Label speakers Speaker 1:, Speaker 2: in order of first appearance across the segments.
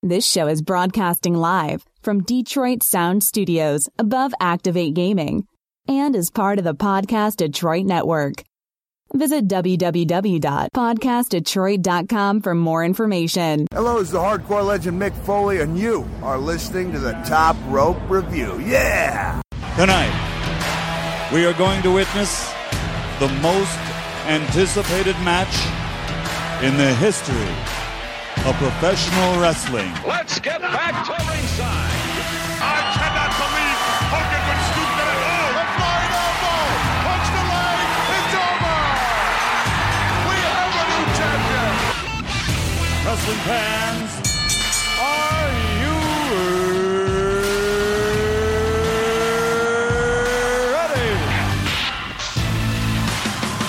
Speaker 1: This show is broadcasting live from Detroit Sound Studios above Activate Gaming and is part of the Podcast Detroit Network. Visit www.podcastdetroit.com for more information.
Speaker 2: Hello, it's the hardcore legend Mick Foley, and you are listening to the Top Rope Review. Yeah!
Speaker 3: Tonight, we are going to witness the most anticipated match in the history of professional wrestling.
Speaker 4: Let's get back to ringside.
Speaker 5: I cannot believe Hogan would stoop to that. Oh, a flying elbow. Punch the leg. It's over. We have a new champion.
Speaker 3: Wrestling fans, are you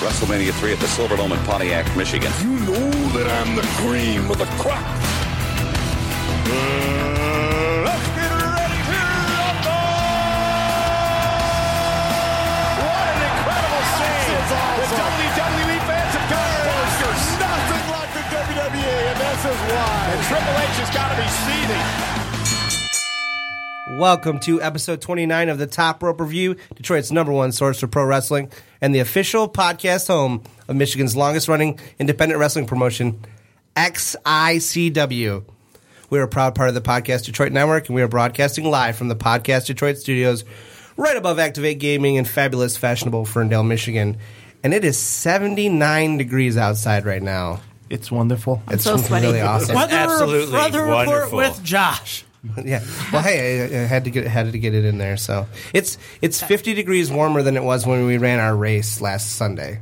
Speaker 3: ready?
Speaker 6: WrestleMania 3 at the Silverdome in Pontiac, Michigan.
Speaker 5: You know that I'm the cream of the crop. Mm, Let's get ready to rumble! What an incredible scene! The WWE fans have got it. There's nothing like the WWE, and this is why. And Triple H has got to be seething.
Speaker 7: Welcome to episode 29 of the Top Rope Review, Detroit's number one source for pro wrestling and the official podcast home of Michigan's longest running independent wrestling promotion, XICW. We are a proud part of the Podcast Detroit Network, and we are broadcasting live from the Podcast Detroit studios right above Activate Gaming in fabulous, fashionable Ferndale, Michigan. And it is 79 degrees outside right now.
Speaker 8: It's wonderful.
Speaker 7: It's so sweaty. really awesome.
Speaker 9: Weather,
Speaker 7: Absolutely
Speaker 9: weather report
Speaker 7: wonderful.
Speaker 9: with Josh.
Speaker 7: Yeah. Well, hey, I, I had to get had to get it in there. So it's it's 50 degrees warmer than it was when we ran our race last Sunday.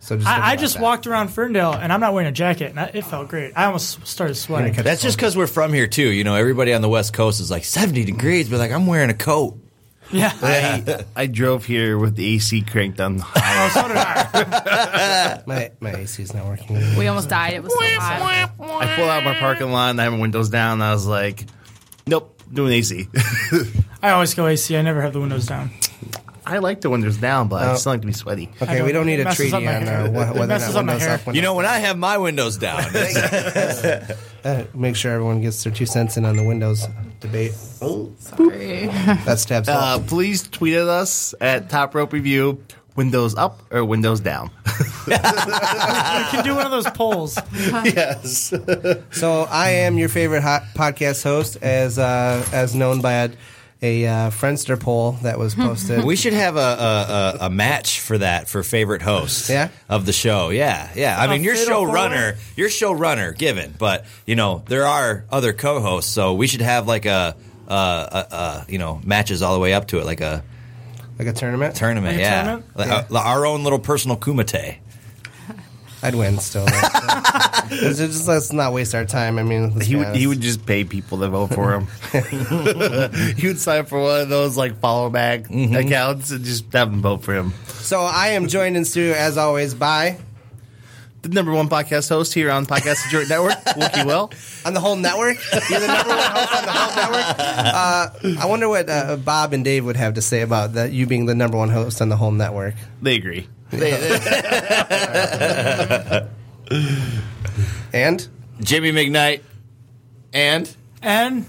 Speaker 7: So just think
Speaker 9: I, I
Speaker 7: about
Speaker 9: just
Speaker 7: that.
Speaker 9: walked around Ferndale and I'm not wearing a jacket, and I, it felt great. I almost started
Speaker 7: I'm
Speaker 9: sweating.
Speaker 7: gonna catch
Speaker 10: That's
Speaker 7: a
Speaker 10: just because we're from here too. You know, everybody on the West Coast is like seventy degrees, but like I'm wearing a coat.
Speaker 9: Yeah.
Speaker 8: I, I drove here with the AC cranked on high.
Speaker 9: Oh, so did I.
Speaker 7: cold. my my AC's not working.
Speaker 11: We almost died. It was so hot.
Speaker 8: I pulled out my parking lot and I had my windows down. And I was like, nope, doing AC.
Speaker 9: I always go AC. I never have the windows down.
Speaker 8: I like the windows down, but I just like to be sweaty.
Speaker 7: Okay, we don't need
Speaker 9: It
Speaker 7: a
Speaker 9: messes
Speaker 7: treaty
Speaker 9: up
Speaker 7: on
Speaker 9: my hair.
Speaker 7: uh, wh-
Speaker 9: It
Speaker 7: whether or not
Speaker 9: messes up my
Speaker 7: windows
Speaker 9: hair.
Speaker 7: up. Windows.
Speaker 10: You know, when I have my windows down,
Speaker 7: make sure everyone gets their two cents in on the windows debate. Oh, sorry. That's tabs.
Speaker 8: Uh, please tweet at us at Top Rope Review, windows up or windows down.
Speaker 9: You can do one of those polls.
Speaker 8: yes.
Speaker 7: So I am your favorite hot podcast host, as uh, as known by a, a uh, Friendster poll that was posted.
Speaker 10: we should have a, a, a, a match for that for favorite host
Speaker 7: Yeah?
Speaker 10: of the show. Yeah, yeah. I mean, you're
Speaker 9: fiddle
Speaker 10: showrunner, you're showrunner, given, but you know there are other co-hosts, so we should have like a, uh uh uh you know matches all the way up to it, like a
Speaker 7: like a tournament.
Speaker 10: tournament.
Speaker 9: Like a
Speaker 10: yeah,
Speaker 9: tournament?
Speaker 10: Like, uh, our own little personal kumite.
Speaker 7: I'd win still. It's just, let's not waste our time. I mean, let's
Speaker 8: He
Speaker 7: be
Speaker 8: would, he
Speaker 7: honest.
Speaker 8: would just pay people to vote for him. he would sign for one of those like follow back accounts and just have them vote for him.
Speaker 7: So I am joined in studio as always by
Speaker 8: The number one podcast host here on Podcast Detroit Network, Wookie Will.
Speaker 7: on the whole network. You're the number one host on the whole network. Uh, I wonder what uh, Bob and Dave would have to say about that. You being the number one host on the whole network.
Speaker 8: They agree.
Speaker 7: And
Speaker 10: Jimmy McKnight and
Speaker 9: And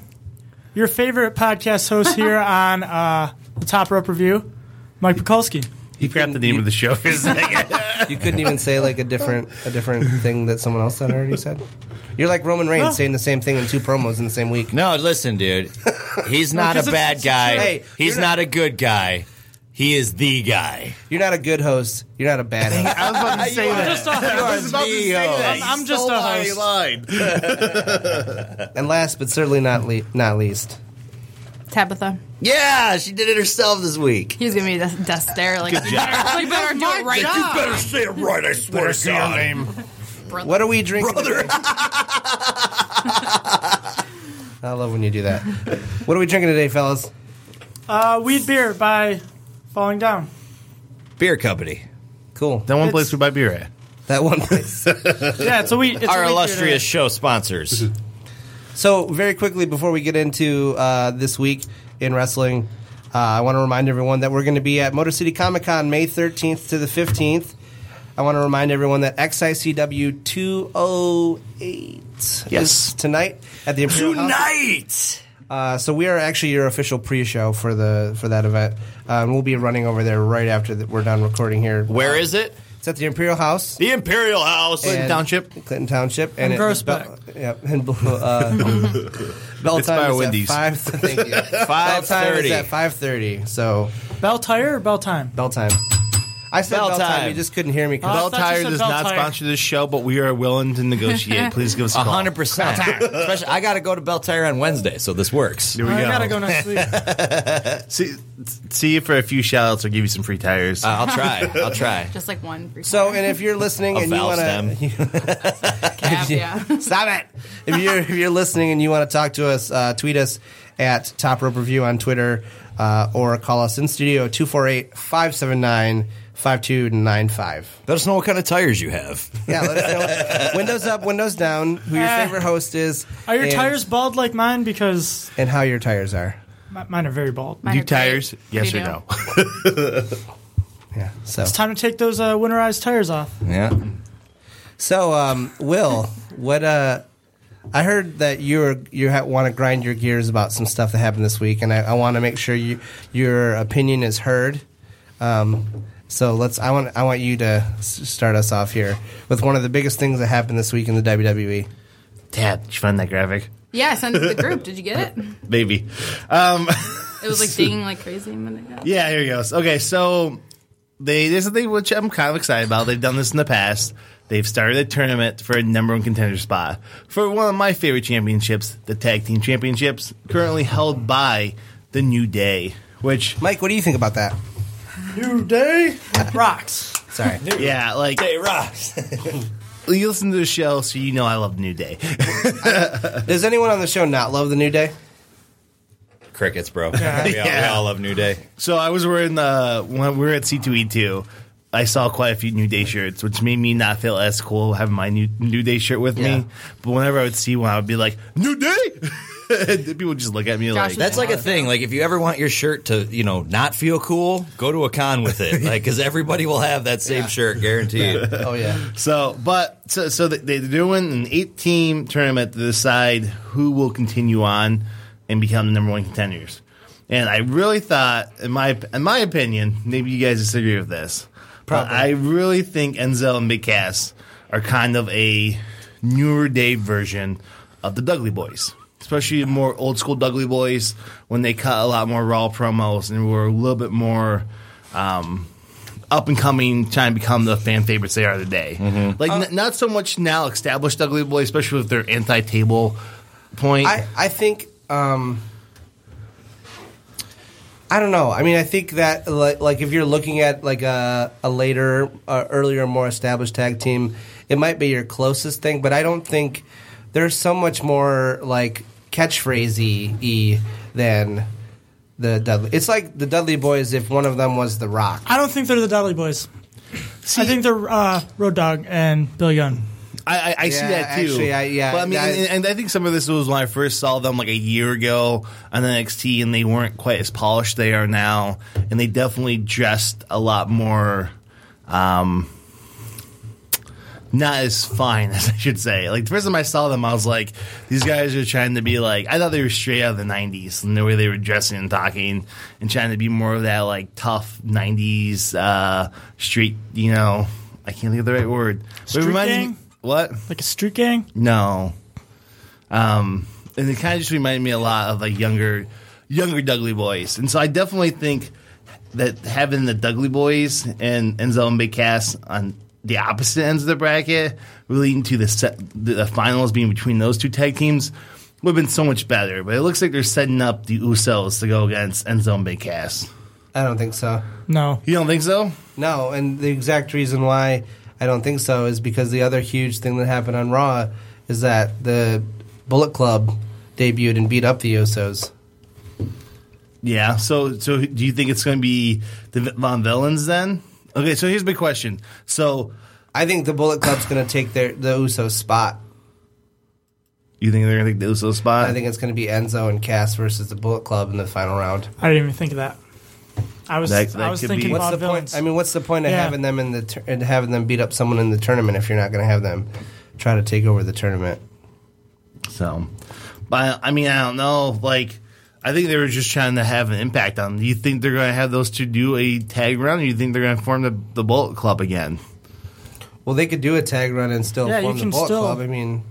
Speaker 9: your favorite podcast host here on uh, the Top Rope Review, Mike Pekulski.
Speaker 8: He forgot the name of the show. for a second.
Speaker 7: you couldn't even say like a different a different thing that someone else had already said. You're like Roman Reigns saying the same thing in two promos in the same week.
Speaker 10: No, listen, dude. He's not
Speaker 9: 'cause
Speaker 10: a
Speaker 9: it's-
Speaker 10: bad
Speaker 9: it's
Speaker 10: guy.
Speaker 7: true. Hey,
Speaker 10: He's
Speaker 7: you're
Speaker 10: not,
Speaker 7: not-
Speaker 10: a good guy. He is the guy.
Speaker 7: You're not a good host. You're not a bad host.
Speaker 8: I was about to say that.
Speaker 9: Just off
Speaker 8: I was about to say that.
Speaker 9: I'm- I'm
Speaker 8: You
Speaker 9: just
Speaker 8: stole
Speaker 9: a
Speaker 8: my
Speaker 9: host.
Speaker 8: line.
Speaker 7: And last but certainly not le- not least,
Speaker 11: Tabitha.
Speaker 10: Yeah, she did it herself this week.
Speaker 11: He's gonna be des- death stare. Like, you better, you better do it right now.
Speaker 10: Better say it right, I swear to
Speaker 7: what are we drinking? Brother. I love when you do that. What are we drinking today, fellas?
Speaker 9: Uh, weed beer by falling down.
Speaker 10: Beer company.
Speaker 7: Cool.
Speaker 8: That one place we buy beer at.
Speaker 7: That one place.
Speaker 9: Yeah, it's a weed. It's a
Speaker 10: Our
Speaker 9: weed beer
Speaker 10: illustrious show sponsors.
Speaker 7: So, very quickly before we get into uh, this week in wrestling, uh, I want to remind everyone that we're going to be at Motor City Comic Con May 13th to the 15th. I want to remind everyone that XICW 208
Speaker 12: Yes.
Speaker 7: is tonight at the Imperial House.
Speaker 12: Tonight!
Speaker 7: Uh, so we are actually your official pre-show for the for that event. Um, we'll be running over there right after that we're done recording here.
Speaker 12: Where is it?
Speaker 7: It's at the Imperial House.
Speaker 12: The Imperial House.
Speaker 7: And- Clinton Township,
Speaker 12: And
Speaker 7: it-
Speaker 12: Grossbeck.
Speaker 7: Bell- Yep, and uh, bell
Speaker 12: It's by
Speaker 7: time is
Speaker 12: Wendy's.
Speaker 7: at five. Thank you. Bell time is
Speaker 12: 5:30.
Speaker 7: at five thirty. So
Speaker 9: Bell tire or bell time?
Speaker 7: bell time. I said bell,
Speaker 9: Bell
Speaker 7: time.
Speaker 9: time.
Speaker 7: You just couldn't hear me. 'cause-
Speaker 9: Oh, I
Speaker 8: Bell
Speaker 9: thought you
Speaker 8: Tire
Speaker 9: said
Speaker 8: does
Speaker 9: Bell
Speaker 8: not
Speaker 9: Tire.
Speaker 8: sponsor this show, but we are willing to negotiate. Please give us a call.
Speaker 10: hundred percent. Especially, I got to go to Beltire on Wednesday, so this works.
Speaker 8: Here we
Speaker 9: I
Speaker 8: go.
Speaker 9: gotta go next week.
Speaker 8: see, see you for a few shout outs or give you some free tires.
Speaker 10: I'll try. I'll try.
Speaker 11: Just like one. free
Speaker 7: Uh, So,
Speaker 11: time.
Speaker 7: and if you're listening and you want to
Speaker 11: Cap, yeah.
Speaker 7: Stop it. If you're if you're listening and you want to talk to us, uh, tweet us at Top Rope Review on Twitter uh, or call us in studio 248-579-5295.
Speaker 10: Let us know what kind of tires you have.
Speaker 7: Yeah, let us know. windows up, windows down, who your favorite host is.
Speaker 9: Uh, Are your
Speaker 7: and-
Speaker 9: tires bald like mine? Because
Speaker 7: and how your tires are.
Speaker 9: mi- mine are very bald.
Speaker 8: Do tires? Yes or no?
Speaker 7: yeah. So
Speaker 9: It's time to take those uh, winterized tires off.
Speaker 7: Yeah. So, um, Will, what? Uh, I heard that you're you ha- want to grind your gears about some stuff that happened this week, and I, I want to make sure you your opinion is heard. Um, so let's. I want I want you to s- start us off here with one of the biggest things that happened this week in the E. WWE.
Speaker 8: Dad, did you find that graphic?
Speaker 11: Yeah, I sent it to the group. Did you get it?
Speaker 8: Maybe. Um,
Speaker 11: It was like dinging like crazy a minute ago.
Speaker 8: Yeah, here he goes. Okay, so they this is the thing which I'm kind of excited about. They've done this in the past. They've started a tournament for a number one contender spot for one of my favorite championships, the tag team championships, currently held by the New Day. Which
Speaker 7: Mike, what do you think about that?
Speaker 9: New day rocks.
Speaker 7: Sorry.
Speaker 8: yeah, like Day rocks. you listen to the show, so you know I love New Day.
Speaker 7: Does anyone on the show not love the New Day?
Speaker 10: Crickets, bro.
Speaker 8: Yeah.
Speaker 10: We, all, we
Speaker 8: Yeah.
Speaker 10: all love New Day.
Speaker 8: So I was wearing the when we were at C two E two. I saw quite a few New Day shirts, which made me not feel as cool having my new New Day shirt with
Speaker 10: Yeah.
Speaker 8: me. But whenever I would see one, I would be like, "New Day!" And People would just look at me like
Speaker 10: that's like a thing. Like if you ever want your shirt to, you know, not feel cool, go to a con with it. Like because everybody will have that same shirt, guaranteed.
Speaker 7: Oh yeah.
Speaker 8: So, but so, so they- they're doing an eight team tournament to decide who will continue on and become the number one contenders. And I really thought, in my in my opinion, maybe you guys disagree with this, but I really think Enzo and Big Cass are kind of a newer day version of the Dudley Boys, especially the more old school Dudley Boys when they cut a lot more raw promos and were a little bit more. Um, up and coming, trying to become the fan favorites they are today.
Speaker 7: Mm-hmm.
Speaker 8: Like
Speaker 7: Uh,
Speaker 8: n- not so much now established Ugly Boy, especially with their anti table point.
Speaker 7: I, I think um, I don't know. I mean, I think that like, like if you're looking at like a a later, uh, earlier, more established tag team, it might be your closest thing. But I don't think there's so much more like catchphrasey y than the Dudley. It's like the Dudley Boys if one of them was the Rock.
Speaker 9: I don't think they're the Dudley Boys. I think they're uh, Road Dog and Bill Gunn.
Speaker 8: I, I, I see
Speaker 7: Yeah,
Speaker 8: that too.
Speaker 7: actually, I- yeah,
Speaker 8: but I mean,
Speaker 7: I-
Speaker 8: and, and I think some of this was when I first saw them like a year ago on NXT, and they weren't quite as polished they are now, and they definitely dressed a lot more, um, not as fine as I should say. Like the first time I saw them, I was like, these guys are trying to be like. I thought they were straight out of the '90s, and the way they were dressing and talking, and trying to be more of that like tough '90s uh, street. You know, I can't think of the right word. But it
Speaker 9: Street
Speaker 8: reminded
Speaker 9: gang?
Speaker 8: me- What?
Speaker 9: Like a street gang?
Speaker 8: No. Um, and it kind of just reminded me a lot of like younger, younger Dudley Boys, and so I definitely think that having the Dudley Boys and Enzo and Big Cass on the opposite ends of the bracket, leading to the set, the finals being between those two tag teams, would have been so much better. But it looks like they're setting up the Usos to go against Enzo and Big Cass.
Speaker 7: I don't think so.
Speaker 9: No.
Speaker 8: You don't think so?
Speaker 7: No, and the exact reason why I don't think so is because the other huge thing that happened on Raw is that the Bullet Club debuted and beat up the Usos.
Speaker 8: Yeah. So, so do you think it's going to be the Von Villains then? Okay. So here's a big question. So
Speaker 7: I think the Bullet Club's going to take their the Usos spot.
Speaker 8: You think they're gonna take the Usos spot?
Speaker 7: I think it's going to be Enzo and Cass versus the Bullet Club in the final round.
Speaker 9: I didn't even think of that. I was
Speaker 8: That- that
Speaker 9: I was
Speaker 8: could
Speaker 9: thinking
Speaker 8: be-
Speaker 7: What's
Speaker 9: about
Speaker 7: the
Speaker 9: villains.
Speaker 7: point? I mean, what's the point of
Speaker 9: Yeah.
Speaker 7: having them in the tur- and having them beat up someone in the tournament if you're not going to have them try to take over the tournament?
Speaker 8: So, but I mean, I don't know. Like, I think they were just trying to have an impact on. Do you think they're going to have those two do a tag run, or you think they're going to form the, the Bullet Club again?
Speaker 7: Well, they could do a tag run and still
Speaker 8: Yeah, you
Speaker 7: form the
Speaker 8: can
Speaker 7: Bullet
Speaker 8: still-
Speaker 7: Club. I mean,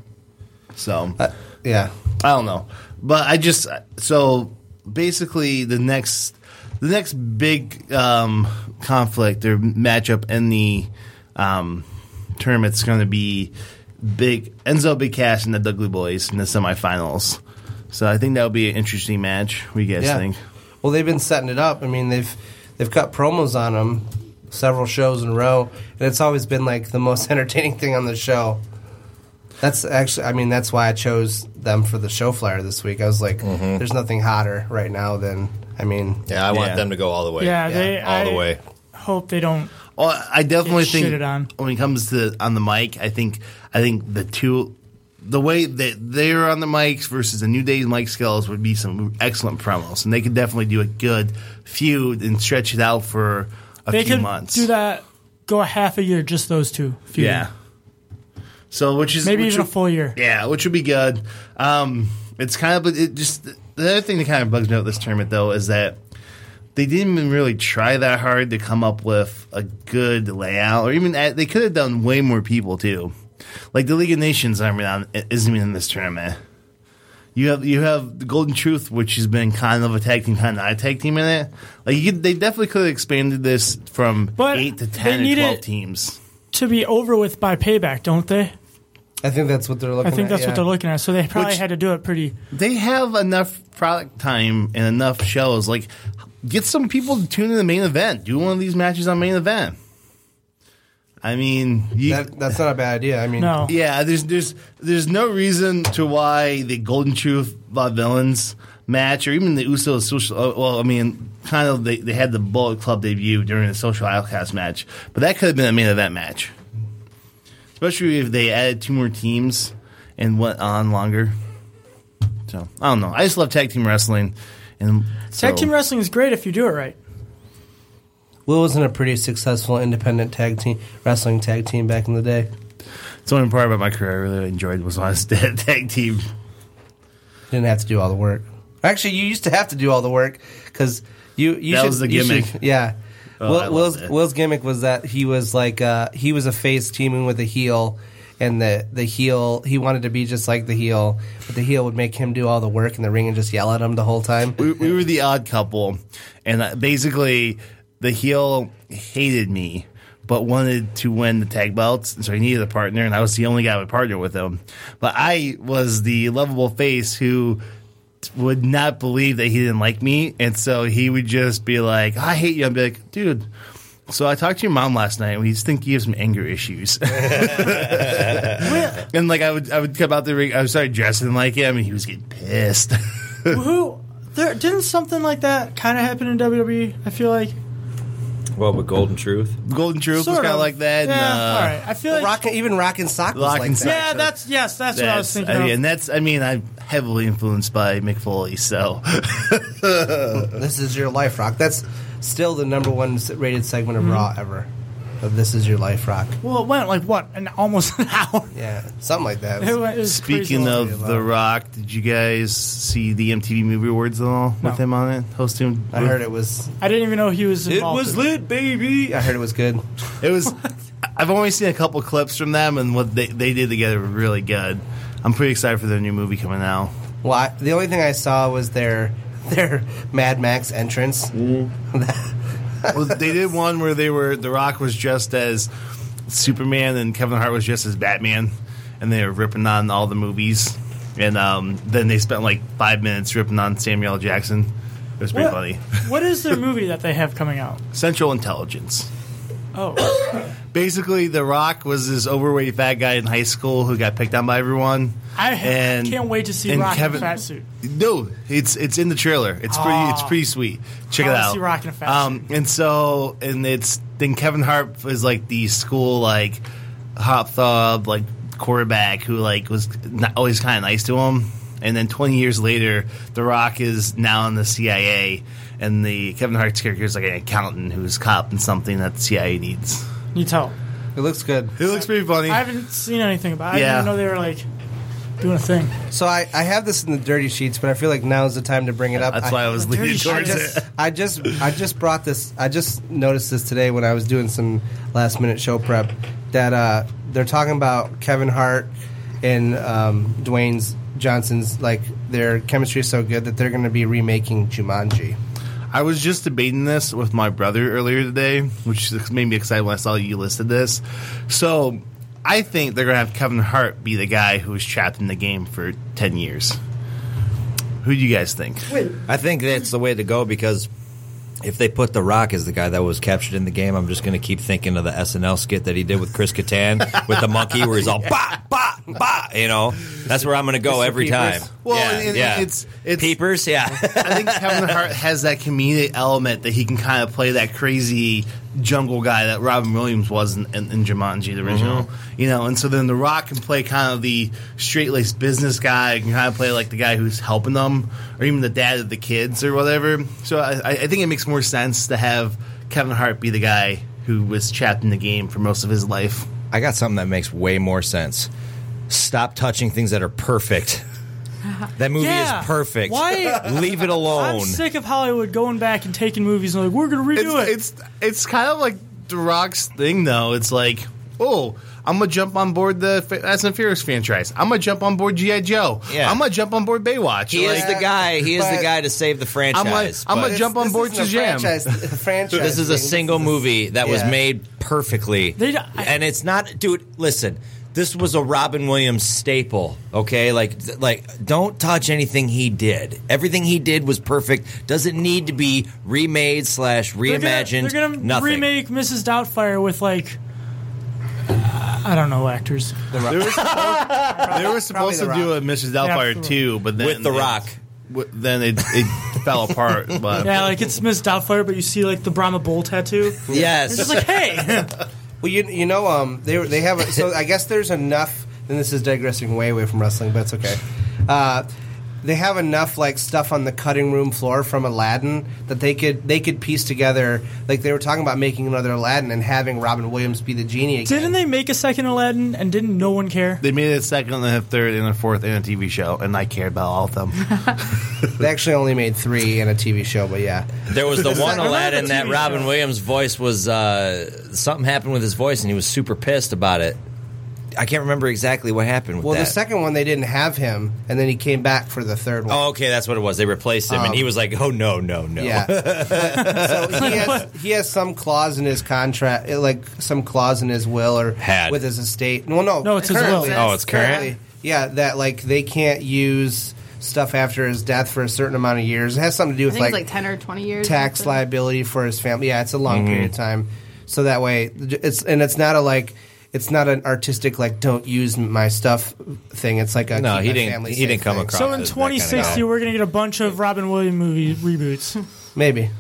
Speaker 8: So,
Speaker 7: yeah,
Speaker 8: I don't know, but I just so basically the next the next big um, conflict or matchup in the um, tournament's going to be big Enzo Big Cash and the Dudley Boys in the semifinals. So I think that would be an interesting match. What do you guys
Speaker 7: yeah.
Speaker 8: think?
Speaker 7: Well, they've been setting it up. I mean, they've they've cut promos on them several shows in a row, and it's always been like the most entertaining thing on the show. That's actually, I mean, that's why I chose them for the show flyer this week. I was like,
Speaker 13: Mhm.
Speaker 7: there's nothing hotter right now than, I mean,
Speaker 13: Yeah, I want them to go all the way.
Speaker 9: Yeah, they-
Speaker 13: all the
Speaker 9: I-
Speaker 13: way.
Speaker 9: Hope they don't.
Speaker 8: Well, Oh, I definitely
Speaker 9: Get
Speaker 8: think
Speaker 9: shitted on.
Speaker 8: when it comes to on the mic, I think I think the two, the way that they're on the mics versus the New Day's mic skills would be some excellent promos, and they could definitely do a good feud and stretch it out for a
Speaker 9: they
Speaker 8: few
Speaker 9: could
Speaker 8: months.
Speaker 9: do that. Go a half a year, just those two. feuding.
Speaker 8: Yeah. So which is
Speaker 9: Maybe
Speaker 8: which
Speaker 9: even
Speaker 8: would-
Speaker 9: a full year.
Speaker 8: Yeah, which would be good. Um, it's kind of but it just the other thing that kind of bugs me out this tournament though is that they didn't even really try that hard to come up with a good layout, or even at, they could have done way more people too. Like the League of Nations aren't even on, isn't even in this tournament. You have you have the Golden Truth, which has been kind of a tag team, kind of not a tag team in it. Like you, could- they definitely could have expanded this from eight to ten or
Speaker 9: they need
Speaker 8: twelve
Speaker 9: it-
Speaker 8: teams.
Speaker 9: To be over with by payback, don't they?
Speaker 7: I think that's what they're looking.
Speaker 9: I think
Speaker 7: at,
Speaker 9: that's
Speaker 7: yeah.
Speaker 9: what they're looking at. So they probably
Speaker 8: Which-
Speaker 9: had to do it pretty.
Speaker 8: They have enough product time and enough shows. Like, get some people to tune in the main event. Do one of these matches on main event. I mean, you,
Speaker 7: that's not a bad idea. I mean, No.
Speaker 8: yeah, there's there's there's no reason to why the Golden Truth uh, villains match or even the Usos social. uh, Well, I mean, kind of they, they had the Bullet Club debut during the Social Outcast match, but that could have been a main event match, especially if they added two more teams and went on longer. So I don't know. I just love tag team wrestling, and
Speaker 9: Tag
Speaker 8: so-
Speaker 9: team wrestling is great if you do it right.
Speaker 7: Will wasn't a pretty successful independent tag team wrestling tag team back in the day.
Speaker 8: It's one part about my career I really enjoyed was when I was tag team.
Speaker 7: Didn't have to do all the work. Actually, you used to have to do all the work because you you
Speaker 8: That
Speaker 7: should,
Speaker 8: was the
Speaker 7: you should-
Speaker 8: gimmick.
Speaker 7: yeah.
Speaker 8: Oh, I
Speaker 7: Will,
Speaker 8: love
Speaker 7: Will's
Speaker 8: that.
Speaker 7: Will's gimmick was that he was like uh, he was a face teaming with a heel, and the the heel he wanted to be just like the heel, but the heel would make him do all the work in the ring and just yell at him the whole time.
Speaker 8: we, we were the odd couple, and uh, basically the heel hated me, but wanted to win the tag belts, and so he needed a partner, and I was the only guy with partner with him. But I was the lovable face who would not believe that he didn't like me, and so he would just be like, "I hate you." I'd be like, "Dude." So I talked to your mom last night, and we just think you have some anger issues. and like I would, I would come out the ring. I would start dressing like him, and he was getting pissed.
Speaker 9: Who there didn't something like that kind of happen in WWE? I feel like
Speaker 13: Well, with Golden Truth.
Speaker 8: Golden Truth was
Speaker 9: Sort
Speaker 8: kind of
Speaker 9: of.
Speaker 8: like that.
Speaker 9: Yeah,
Speaker 8: and, uh,
Speaker 9: all right. I feel like
Speaker 7: Rock, even Rock and Sock was
Speaker 8: Rock
Speaker 7: like
Speaker 8: and
Speaker 7: that.
Speaker 8: Sock.
Speaker 9: yeah, that's yes, that's, what I was thinking.
Speaker 8: I
Speaker 9: of.
Speaker 8: mean, that's. uh, I mean, I'm heavily influenced by Mick Foley, so
Speaker 7: this is your life, Rock. That's still the number one rated segment
Speaker 8: Mm-hmm.
Speaker 7: of Raw ever. Of this is your life, Rock.
Speaker 9: Well, it went like what an almost an hour.
Speaker 7: Yeah, something like that.
Speaker 9: It went- it was
Speaker 8: speaking
Speaker 9: crazy.
Speaker 8: of The Rock, did you guys see the MTV Movie Awards at all with him on it, hosting?
Speaker 7: I heard it was.
Speaker 9: I didn't even know he was.
Speaker 8: It
Speaker 9: Involved
Speaker 8: was
Speaker 9: in
Speaker 8: lit, baby.
Speaker 7: I heard it was good.
Speaker 8: It was. I've only seen a couple clips from them, and what they they did together were really good. I'm pretty excited for their new movie coming out.
Speaker 7: Well, I, the only thing I saw was their their Mad Max entrance.
Speaker 8: Mm. well, they did one where they were The Rock was dressed as Superman and Kevin Hart was dressed as Batman, and they were ripping on all the movies. And um, then they spent like five minutes ripping on Samuel L. Jackson. It was pretty
Speaker 9: What?
Speaker 8: funny.
Speaker 9: What is their movie that they have coming out?
Speaker 8: Central Intelligence.
Speaker 9: Oh,
Speaker 8: Basically, The Rock was this overweight fat guy in high school who got picked on by everyone.
Speaker 9: I can't wait to see
Speaker 8: and
Speaker 9: Rock in a fat suit.
Speaker 8: No, it's it's in the trailer. It's pretty it's
Speaker 9: Ah.
Speaker 8: pretty sweet. Check
Speaker 9: I
Speaker 8: it
Speaker 9: wanna
Speaker 8: out.
Speaker 9: see Rock in a fat
Speaker 8: um, and so and it's then Kevin Hart is like the school like hop throb like quarterback who like was not always kind of nice to him. and then 20 years later, The Rock is now in the CIA, and the Kevin Hart's character is like an accountant who's cop in something that the CIA needs.
Speaker 9: You tell.
Speaker 7: It looks good.
Speaker 8: It looks pretty funny.
Speaker 9: I haven't seen anything about. it. I
Speaker 7: Yeah.
Speaker 9: didn't know they were like doing a thing.
Speaker 7: So I, I have this in the dirty sheets, but I feel like now's the time to bring it up.
Speaker 8: That's why I was leaning Dirty towards
Speaker 7: I
Speaker 8: sheets.
Speaker 7: just, I just I just brought this. I just noticed this today when I was doing some last minute show prep that uh, they're talking about Kevin Hart and um, Dwayne's Johnson's like their chemistry is so good that they're going to be remaking Jumanji.
Speaker 8: I was just debating this with my brother earlier today, which made me excited when I saw you listed this. So I think they're going to have Kevin Hart be the guy who was trapped in the game for 10 years. Who do you guys think?
Speaker 10: I think that's the way to go because if they put The Rock as the guy that was captured in the game, I'm just going to keep thinking of the SNL skit that he did with Chris Kattan with the monkey where he's all bah bah bah. You know, that's where I'm going to go
Speaker 8: Mr.
Speaker 10: every
Speaker 8: Peepers?
Speaker 10: time.
Speaker 8: Well,
Speaker 10: yeah,
Speaker 8: and- and
Speaker 10: yeah.
Speaker 8: it's-
Speaker 10: peepers. Yeah,
Speaker 8: I think Kevin Hart has that comedic element that he can kind of play that crazy jungle guy that Robin Williams was in, in, in Jumanji the original,
Speaker 13: Mhm.
Speaker 8: you know. And so then The Rock can play kind of the straight laced business guy, can kind of play like the guy who's helping them, or even the dad of the kids or whatever. So I, I I think it makes more sense to have Kevin Hart be the guy who was trapped in the game for most of his life.
Speaker 10: I got something that makes way more sense. Stop touching things that are perfect. That movie
Speaker 9: Yeah.
Speaker 10: is perfect.
Speaker 9: Why-
Speaker 10: Leave
Speaker 9: I'm
Speaker 10: it alone.
Speaker 9: sick of Hollywood going back and taking movies and like we're gonna redo it.
Speaker 8: It's it's kind of like The Rock's thing, though. It's like, oh, I'm gonna jump on board the Fa- Fast and Furious franchise. I'm gonna jump on board GI Joe.
Speaker 10: Yeah.
Speaker 8: I'm gonna jump on board Baywatch.
Speaker 10: He
Speaker 8: Like-
Speaker 10: is the guy. He is the guy to save the franchise.
Speaker 8: I'm like, I'm
Speaker 10: but-
Speaker 8: gonna jump on board to jam.
Speaker 7: franchise.
Speaker 10: This is a single movie that was
Speaker 8: Yeah.
Speaker 10: made perfectly. and it's not dude, listen. This was a Robin Williams staple, okay? Like th- like don't touch anything he did. Everything he did was perfect. Doesn't need to be remade slash
Speaker 9: They're gonna-
Speaker 10: reimagined.
Speaker 9: They're gonna
Speaker 10: nothing.
Speaker 9: remake Mrs. Doubtfire with like uh, I don't know actors.
Speaker 8: There was They were supposed to do a Mrs. Doubtfire
Speaker 9: Yeah.
Speaker 8: too, but then
Speaker 10: With The
Speaker 8: it-
Speaker 10: Rock.
Speaker 8: w- then it, it fell apart. But
Speaker 9: yeah, like it's Miss Doubtfire, but you see like the Brahma Bull tattoo. It's just like hey.
Speaker 7: well, you you know um they were- they have a, so I guess there's enough. And this is digressing way away from wrestling, but it's okay. Uh, they have enough like stuff on the cutting room floor from Aladdin that they could they could piece together. Like they were talking about making another Aladdin and having Robin Williams be the genie again.
Speaker 9: Didn't they make a second Aladdin and didn't no one care?
Speaker 8: they made a second, and a third, and a fourth, and a TV show, and I cared about all of them.
Speaker 7: they actually only made three in a TV show, but yeah,
Speaker 10: There was the
Speaker 7: Is
Speaker 10: one
Speaker 7: that-
Speaker 10: Aladdin
Speaker 7: Remember the
Speaker 10: that
Speaker 7: TV
Speaker 10: Robin
Speaker 7: show?
Speaker 10: Williams' voice was uh, something happened with his voice, and he was super pissed about it. I can't remember exactly what happened with
Speaker 7: Well, the
Speaker 10: that.
Speaker 7: second one they didn't have him, and then he came back for the third one.
Speaker 10: oh, okay, that's what it was. They replaced him, and
Speaker 7: Um,
Speaker 10: he was like, "Oh no, no, no."
Speaker 7: Yeah. But- so he has, he has some clause in his contract, eh, like some clause in his will or
Speaker 10: Had.
Speaker 7: with his estate. Well, no,
Speaker 10: No, it's his
Speaker 7: currently-
Speaker 10: will. Oh, it's current?
Speaker 7: currently, Yeah, that like they can't use stuff after his death for a certain amount of years. It has something to do
Speaker 11: I
Speaker 7: with
Speaker 11: think it's
Speaker 7: like,
Speaker 11: like ten or twenty years.
Speaker 7: tax
Speaker 11: something.
Speaker 7: liability for his family. Yeah, it's a long
Speaker 10: Mhm.
Speaker 7: period of time. So that way, it's and it's not a like. It's not an artistic like don't use my stuff thing. It's like a
Speaker 10: No,
Speaker 7: keep
Speaker 10: he
Speaker 7: my
Speaker 10: didn't-
Speaker 7: family
Speaker 10: he
Speaker 7: safe
Speaker 10: didn't come
Speaker 7: thing.
Speaker 10: across
Speaker 9: So in 2060, we're gonna get a bunch of Robin Williams movie reboots.
Speaker 7: Maybe.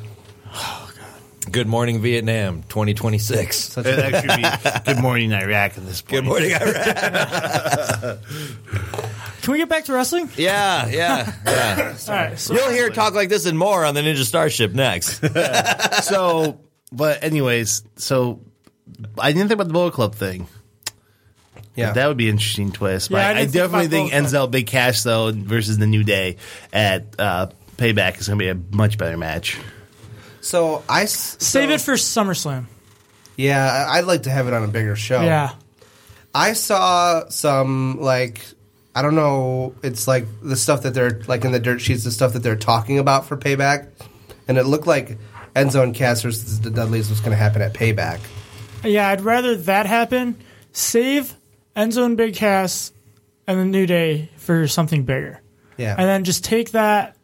Speaker 10: Good morning, Vietnam, 2026.
Speaker 8: It'd actually be Good Morning Iraq at this point.
Speaker 10: Good morning, Iraq.
Speaker 9: Can we get back to wrestling?
Speaker 10: Yeah, yeah, yeah.
Speaker 9: All right, so-
Speaker 10: You'll hear talk like this and more on the Ninja Starship next.
Speaker 8: so, but anyways, so I didn't think about the Bullet Club thing.
Speaker 7: Yeah.
Speaker 8: that would be an interesting twist. But
Speaker 7: Yeah, I
Speaker 8: I,
Speaker 7: didn't think
Speaker 8: definitely
Speaker 7: about
Speaker 8: think,
Speaker 7: Bullet
Speaker 8: Enzo Big Cash though versus the New Day at uh, Payback is going to be a much better match.
Speaker 7: So I
Speaker 9: save it for SummerSlam.
Speaker 7: Yeah, I- I'd like to have it on a bigger show.
Speaker 9: Yeah.
Speaker 7: I saw some like I don't know, it's like the stuff that they're like in the dirt sheets, the stuff that they're talking about for payback. And it looked like Enzo and Cass versus the Dudleys was gonna happen at payback.
Speaker 9: Yeah, I'd rather that happen. Save Enzo and Big Cass and the New Day for something bigger.
Speaker 7: Yeah.
Speaker 9: And then just take that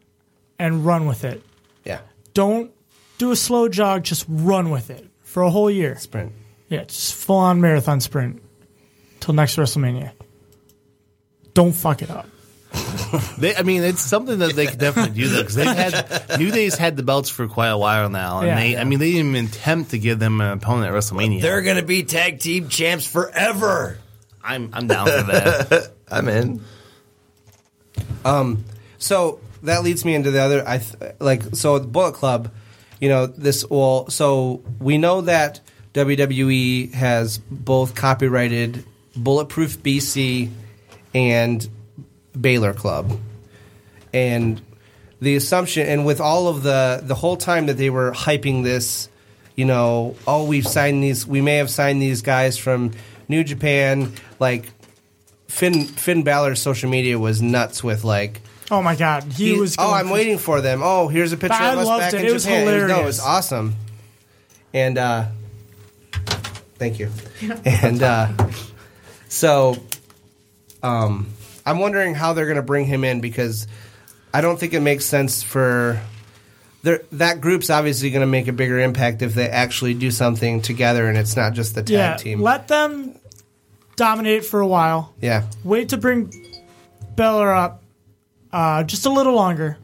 Speaker 9: and run with it.
Speaker 7: Yeah.
Speaker 9: Don't do a slow jog, just run with it for a whole year.
Speaker 7: Sprint.
Speaker 9: Yeah, just full on marathon sprint till next WrestleMania. Don't fuck it up.
Speaker 8: They, I mean, it's something that they could definitely do though because they've had New Day's had the belts for quite a while now, and
Speaker 10: Yeah.
Speaker 8: they, I mean, they didn't even attempt to give them an opponent at WrestleMania.
Speaker 10: They're going to be tag team champs forever.
Speaker 8: I'm I'm down for that.
Speaker 10: I'm in.
Speaker 7: Um, so that leads me into the other. I th- like so the Bullet Club. You know this. Well, so we know that WWE has both copyrighted Bulletproof BC and Baylor Club, and the assumption and with all of the the whole time that they were hyping this you know oh we've signed these we may have signed these guys from new japan like finn finn Balor's social media was nuts with like
Speaker 9: Oh my god, he, was.
Speaker 7: oh
Speaker 9: going
Speaker 7: i'm
Speaker 9: for-
Speaker 7: waiting for them oh here's a picture
Speaker 9: I
Speaker 7: of us
Speaker 9: loved
Speaker 7: back
Speaker 9: it.
Speaker 7: in
Speaker 9: It was
Speaker 7: japan no it
Speaker 9: hilarious.
Speaker 7: was awesome and uh thank you and uh so um i'm wondering how they're going to bring him in because i don't think it makes sense for they're- that group's obviously going to make a bigger impact if they actually do something together and it's not just the tag
Speaker 9: Yeah,
Speaker 7: team
Speaker 9: let them dominate for a while.
Speaker 7: yeah
Speaker 9: Wait to bring Beller up uh, just a little longer.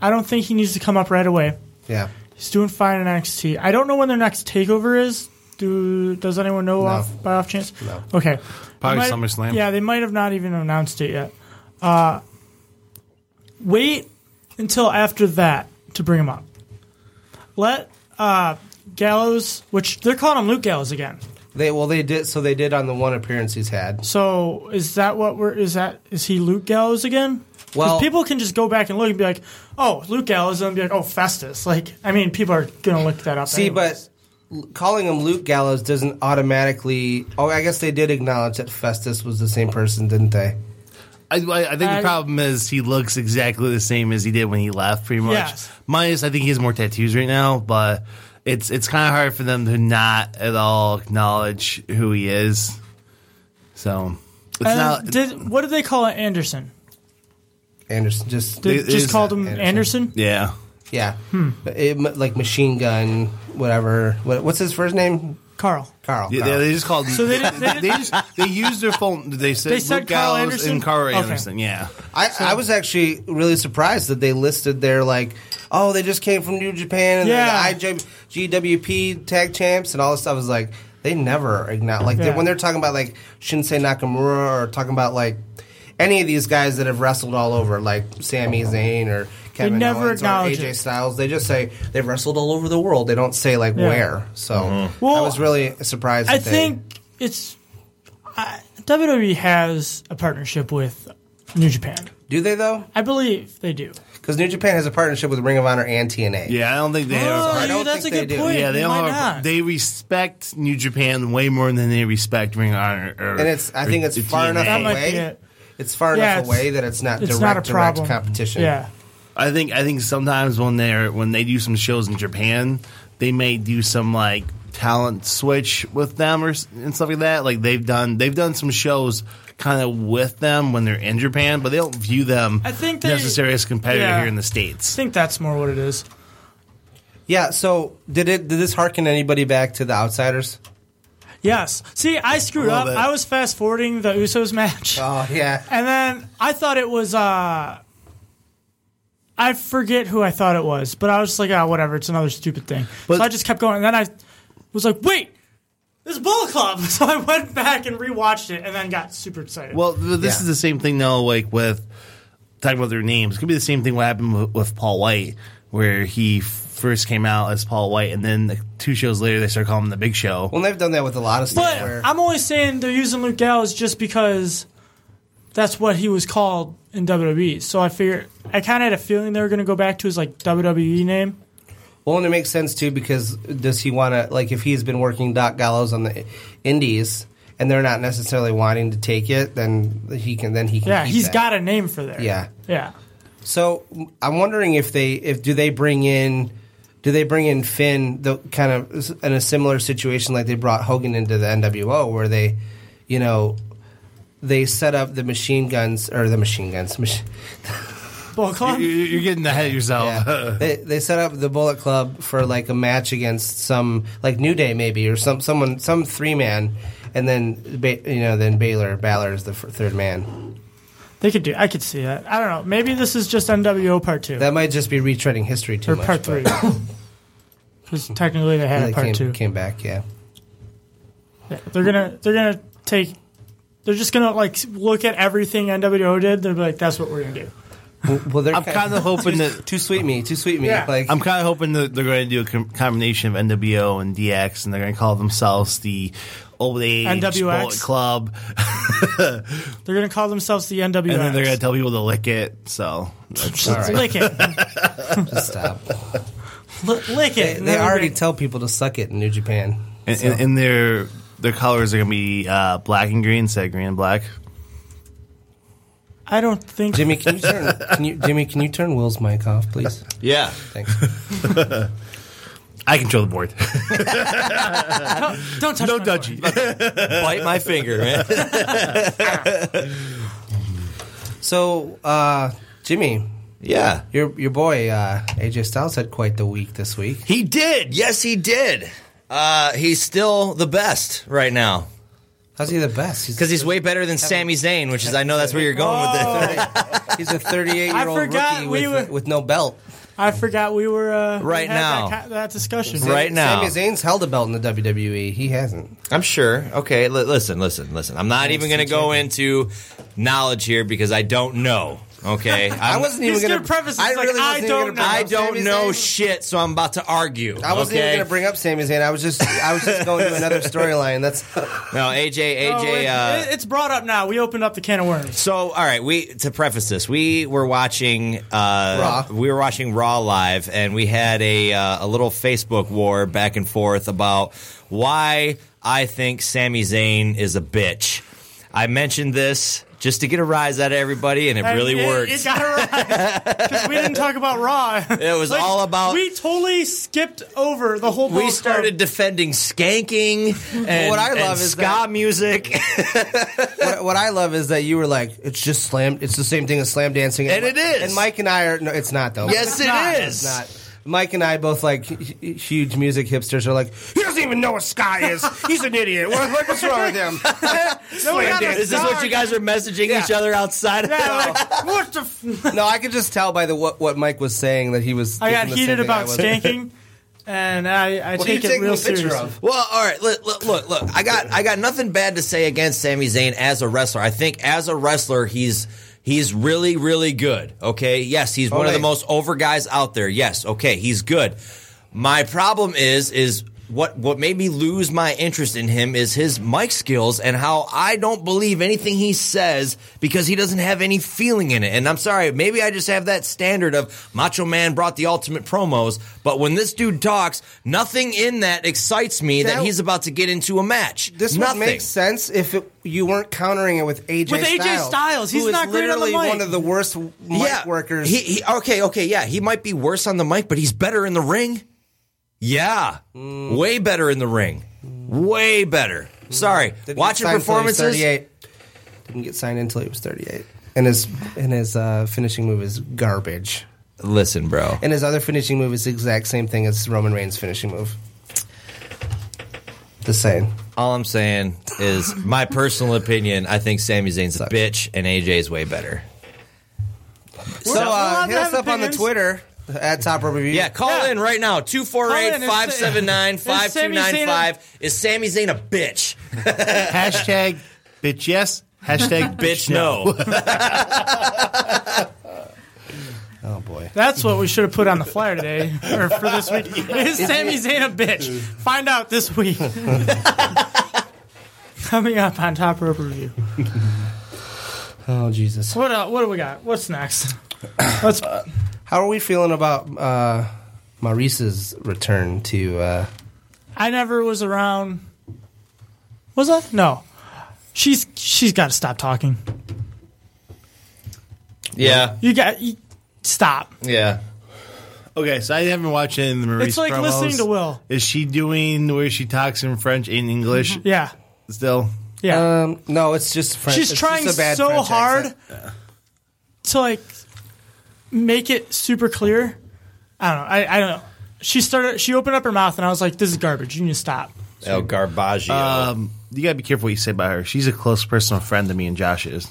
Speaker 9: I don't think he needs to come up right away.
Speaker 7: yeah
Speaker 9: He's doing fine in NXT. I don't know when their next takeover is. Do does anyone know off by off chance?
Speaker 8: No.
Speaker 9: Okay.
Speaker 8: Probably
Speaker 9: They might-
Speaker 8: SummerSlam.
Speaker 9: Yeah, they might have not even announced it yet. Uh, wait until after that to bring him up. Let uh, Gallows, which they're calling him Luke Gallows again.
Speaker 7: they well they did so they did on the one appearance he's had
Speaker 9: So is that what we're is that is he Luke Gallows again? 'Cause
Speaker 7: Well-
Speaker 9: people can just go back and look and be like, oh, Luke Gallows, and be like, oh, Festus. Like, I mean, people are gonna look that up.
Speaker 7: See,
Speaker 9: anyway.
Speaker 7: but l- calling him Luke Gallows doesn't automatically. Oh, I guess they did acknowledge that Festus was the same person, didn't they?
Speaker 8: I, I, I think
Speaker 7: I-
Speaker 8: the problem is he looks exactly the same as he did when he left, pretty much.
Speaker 7: Yes.
Speaker 8: Minus, I think he has more tattoos right now, but it's it's kind of hard for them to not at all acknowledge who he is. So it's
Speaker 9: And
Speaker 8: not.
Speaker 9: Uh, did what did they call it? Anderson.
Speaker 7: Anderson just
Speaker 9: They just called him Anderson?
Speaker 8: Yeah,
Speaker 7: yeah, It m- like machine gun, whatever. What, what's his first name?
Speaker 9: Carl.
Speaker 7: Carl.
Speaker 8: Yeah,
Speaker 7: Carl.
Speaker 8: they, they just called.
Speaker 7: So they didn't- they
Speaker 8: they just they used their phone. They said,
Speaker 7: They said
Speaker 8: Luke
Speaker 7: Carl
Speaker 8: Gallows
Speaker 7: Anderson?
Speaker 8: and Carl
Speaker 7: Okay.
Speaker 8: Anderson. Yeah,
Speaker 7: I, I was actually really surprised that they listed their like, oh, they just came from New Japan and
Speaker 9: Yeah.
Speaker 7: they're the IJGWP tag champs and all this stuff. I was like, they never acknowledge like they-
Speaker 9: Yeah.
Speaker 7: when they're talking about like Shinsei Nakamura or talking about like any of these guys that have wrestled all over, like Sami Zayn or Kevin
Speaker 9: never
Speaker 7: Owens or
Speaker 9: acknowledge
Speaker 7: AJ
Speaker 9: it.
Speaker 7: Styles. They just say they've wrestled all over the world. They don't say like
Speaker 9: Yeah.
Speaker 7: where. So I
Speaker 9: Well,
Speaker 7: was really surprised.
Speaker 9: I
Speaker 7: that they-
Speaker 9: think it's I, WWE has a partnership with New Japan.
Speaker 7: do they though?
Speaker 9: I believe they do. Oh,
Speaker 7: Because New Japan has a partnership with Ring of Honor and TNA.
Speaker 8: Yeah, I don't think they
Speaker 10: Oh,
Speaker 8: have. a part- Yeah, they don't have a- They respect New Japan way more than they respect Ring of Honor. or-
Speaker 7: and it's I think it's
Speaker 8: or
Speaker 7: far
Speaker 8: TNA.
Speaker 7: enough away. It's far
Speaker 8: Yeah,
Speaker 7: enough
Speaker 8: it's-
Speaker 7: away that it's not direct direct competition.
Speaker 8: I think I think sometimes when they're when they do some shows in Japan, they may do some like talent switch with them or s- and stuff like that. Like they've done they've done some shows kind of with them when they're in Japan, but they don't view them
Speaker 9: I think they-
Speaker 8: necessarily as competitor
Speaker 9: yeah.
Speaker 8: here in the states. I
Speaker 9: think that's more what it is.
Speaker 7: Yeah. So did it? Did this harken anybody back to the Outsiders?
Speaker 9: Yes. See, I screwed
Speaker 7: little
Speaker 9: up.
Speaker 7: bit.
Speaker 9: I was fast forwarding the Usos match.
Speaker 7: Oh yeah.
Speaker 9: And then I thought it was uh I forget who I thought it was, but I was just like, ah, whatever, it's another stupid thing. so I just kept going, and then I was like, wait, this is Bullet Club. So I went back and rewatched it, and then got super excited.
Speaker 8: Well, th- this is the same thing though. Like with talking about their names, it could be the same thing what happened with, with Paul White, where he f- first came out as Paul White, and then like, two shows later they start calling him the Big Show.
Speaker 7: Well, they've done that with a lot of
Speaker 9: But I'm only saying they're using Luke Gallows just because that's what he was called in WWE. So I figured I kind of had a feeling they were going to go back to his like WWE name.
Speaker 7: Well, and it makes sense too because does he want to like if he's been working Doc Gallows on the Indies and they're not necessarily wanting to take it, then he can then he can.
Speaker 9: Yeah,
Speaker 7: keep
Speaker 9: he's
Speaker 7: that.
Speaker 9: got a name for there.
Speaker 7: Yeah.
Speaker 9: yeah.
Speaker 7: So m- I'm wondering if they if do they bring in do they bring in Finn the kind of s- in a similar situation like they brought Hogan into the NWO where they you know they set up the machine guns or the machine guns mach-
Speaker 9: Bullet Club.
Speaker 8: You- you- You're getting ahead of yourself.
Speaker 7: they they set up the Bullet Club for like a match against some like New Day maybe or some someone some three man and then ba- you know then Baylor Balor is the f- third man
Speaker 9: They could do. I could see that. I don't know. Maybe this is just NWO part two.
Speaker 7: that might just be retreading history too
Speaker 9: or
Speaker 7: much
Speaker 9: part
Speaker 7: but-
Speaker 9: three. Because technically they had a
Speaker 7: They
Speaker 9: part
Speaker 7: came,
Speaker 9: two.
Speaker 7: came back yeah
Speaker 9: Yeah, they're gonna they're gonna take. They're just gonna like look at everything NWO did. They're like, that's what we're gonna do.
Speaker 7: Well, they're
Speaker 8: I'm kind of hoping
Speaker 7: too,
Speaker 8: that
Speaker 7: too sweet me, too sweet me. Like
Speaker 8: I'm kind of hoping that they're going to do a com- combination of NWO and DX, and they're going to call themselves the Old Age
Speaker 9: NWX?
Speaker 8: Bullet Club,
Speaker 9: They're going to call themselves the NWX.
Speaker 8: and then they're going to tell people to lick it. So that's-
Speaker 9: All right. Lick it.
Speaker 7: Just stop.
Speaker 9: lick
Speaker 7: They,
Speaker 9: it.
Speaker 7: they already tell people to suck it in New Japan.
Speaker 8: and, and, and their their colors are going to be uh, black and green instead of green and black.
Speaker 9: I don't think
Speaker 7: Jimmy, can you turn? Can you, Jimmy, can you turn Will's mic off, please?
Speaker 8: Yeah,
Speaker 7: thanks.
Speaker 8: I control the board.
Speaker 9: don't, don't touch
Speaker 8: no
Speaker 9: my
Speaker 8: dudgy.
Speaker 10: Bite my finger, man.
Speaker 7: So, uh, Jimmy.
Speaker 10: Yeah.
Speaker 7: Your your boy uh, AJ Styles had quite the week this week.
Speaker 10: He did. Yes, he did. Uh, he's still the best right now.
Speaker 7: How's he the best?
Speaker 10: Because he's way better than Sami Zayn, which is I know that's where you're going with it.
Speaker 7: He's a 38
Speaker 9: I
Speaker 7: year old
Speaker 9: forgot
Speaker 7: rookie
Speaker 9: we
Speaker 7: with, with no belt.
Speaker 9: I forgot we were uh, we
Speaker 7: Right
Speaker 9: had
Speaker 7: now.
Speaker 9: that, ki- that discussion
Speaker 7: Sami Zayn's held a belt in the WWE. He hasn't.
Speaker 10: I'm sure. Okay, li- listen, listen, listen. I'm not even going to go into knowledge here because I don't know. Okay, I'm-
Speaker 7: wasn't even He's gonna- gonna preface this, I like, really wasn't I even don't gonna bring
Speaker 10: I
Speaker 7: up
Speaker 10: don't
Speaker 7: Sami
Speaker 10: know
Speaker 7: Zayn.
Speaker 10: shit, so I'm about to argue.
Speaker 7: I wasn't
Speaker 10: okay?
Speaker 7: even going to bring up Sami Zayn. I was just I was just going to another storyline. That's
Speaker 10: No, AJ,
Speaker 9: No,
Speaker 10: AJ.
Speaker 9: it-
Speaker 10: uh,
Speaker 9: it- it's brought up now. We opened up the can of worms.
Speaker 10: So, all right, we to preface this, we were watching uh, we were watching Raw live, and we had a uh, a little Facebook war back and forth about why I think Sami Zayn is a bitch. I mentioned this just to get a rise out of everybody, and it
Speaker 9: And
Speaker 10: really
Speaker 9: it,
Speaker 10: worked.
Speaker 9: It got around because we didn't talk about Raw. It
Speaker 10: was all about-
Speaker 9: We totally skipped over the whole.
Speaker 10: we
Speaker 9: Bullet Club.
Speaker 10: started defending skanking and,
Speaker 7: What I
Speaker 10: and
Speaker 7: love is
Speaker 10: ska
Speaker 7: that-
Speaker 10: music,
Speaker 7: what, what I love is that you were like, it's just slam. It's the same thing as slam dancing,
Speaker 10: And it is.
Speaker 7: And Mike and I are. No, it's not though.
Speaker 10: Yes, it
Speaker 7: it is.
Speaker 10: is.
Speaker 7: Mike and I both like h- h- huge music hipsters are like he doesn't even know what ska is. He's an idiot. What, what- what's wrong with him?
Speaker 9: No, we
Speaker 7: Slam
Speaker 9: got a
Speaker 7: dance.
Speaker 10: Is this what you guys are messaging each other outside of
Speaker 9: Yeah, like, what the? F-
Speaker 7: no, I could just tell by the what, what Mike was saying that he was.
Speaker 9: I got
Speaker 7: thinking the same
Speaker 9: heated
Speaker 7: thing I
Speaker 9: about
Speaker 7: was.
Speaker 9: skanking, and I, I
Speaker 7: What are you
Speaker 9: take it
Speaker 7: taking
Speaker 9: real
Speaker 7: a picture
Speaker 9: seriously.
Speaker 7: of?
Speaker 10: Well, all right. Look, look, look, look. I got, I got nothing bad to say against Sami Zayn as a wrestler. I think as a wrestler, he's he's really, really good. Okay. Yes, he's one of the
Speaker 7: Alright.
Speaker 10: most over guys out there. Yes. Okay, he's good. My problem is, is what what made me lose my interest in him is his mic skills and how I don't believe anything he says because he doesn't have any feeling in it. And I'm sorry, maybe I just have that standard of Macho Man brought the ultimate promos, but when this dude talks, nothing in that excites me that,
Speaker 7: That-
Speaker 10: he's about to get into a match.
Speaker 7: This
Speaker 10: nothing.
Speaker 7: would make sense if it, you weren't countering it with AJ
Speaker 9: With AJ
Speaker 7: Styles.
Speaker 9: Styles,
Speaker 7: who
Speaker 9: he's
Speaker 7: is
Speaker 9: not great on the
Speaker 7: literally
Speaker 9: mic.
Speaker 7: one of the worst mic
Speaker 10: Yeah.
Speaker 7: workers.
Speaker 10: He, he okay, okay, yeah. He might be worse on the mic, but he's better in the ring. Yeah, way better in the ring. Way better. Sorry,
Speaker 7: Didn't
Speaker 10: watching
Speaker 7: get signed until he was
Speaker 10: performances.
Speaker 7: 38. Didn't get signed until he was 38. And his and his uh, finishing move is garbage.
Speaker 10: Listen, bro.
Speaker 7: And his other finishing move is the exact same thing as Roman Reigns' finishing move. Just saying.
Speaker 10: All I'm saying is my personal opinion. I think Sami Zayn's a bitch, and AJ is way better.
Speaker 7: So uh,
Speaker 9: allowed to
Speaker 7: hit us up
Speaker 9: have
Speaker 7: on the
Speaker 9: opinions.
Speaker 7: Twitter at Top Rope Review.
Speaker 10: Yeah, call in right now. 248-579-5295. Is Sami Zayn a bitch?
Speaker 8: hashtag bitch yes. Hashtag
Speaker 10: Bitch no.
Speaker 7: Oh boy.
Speaker 9: That's what we should have put on the flyer today, or for this week. Is Sami Zayn a bitch? Find out this week. Coming up on Top Rope Review.
Speaker 7: Oh Jesus.
Speaker 9: What uh, what do we got? What's next? Let's
Speaker 7: How are we feeling about uh, Maurice's return to? Uh,
Speaker 9: I never was around. Was I? No. She's she's got to stop talking.
Speaker 10: yeah,
Speaker 9: You got you, stop.
Speaker 10: yeah.
Speaker 8: Okay, so I haven't watched any of the Maurice
Speaker 9: it's like
Speaker 8: promos.
Speaker 9: listening to Will.
Speaker 8: Is she doing where she talks in French and English
Speaker 9: Yeah.
Speaker 8: still?
Speaker 9: Yeah.
Speaker 8: Uh,
Speaker 7: um, no, it's just French.
Speaker 9: she's
Speaker 7: It's
Speaker 9: trying
Speaker 7: just a bad
Speaker 9: so
Speaker 7: French
Speaker 9: hard
Speaker 7: accent.
Speaker 8: Uh.
Speaker 9: to like make it super clear. I don't know. I, I don't know. She started. She opened up her mouth, and I was like, "This is garbage. You need to stop."
Speaker 10: El Garbaggio. Uh,
Speaker 8: Um, you gotta be careful what you say about her. She's a close personal friend to me and Josh is.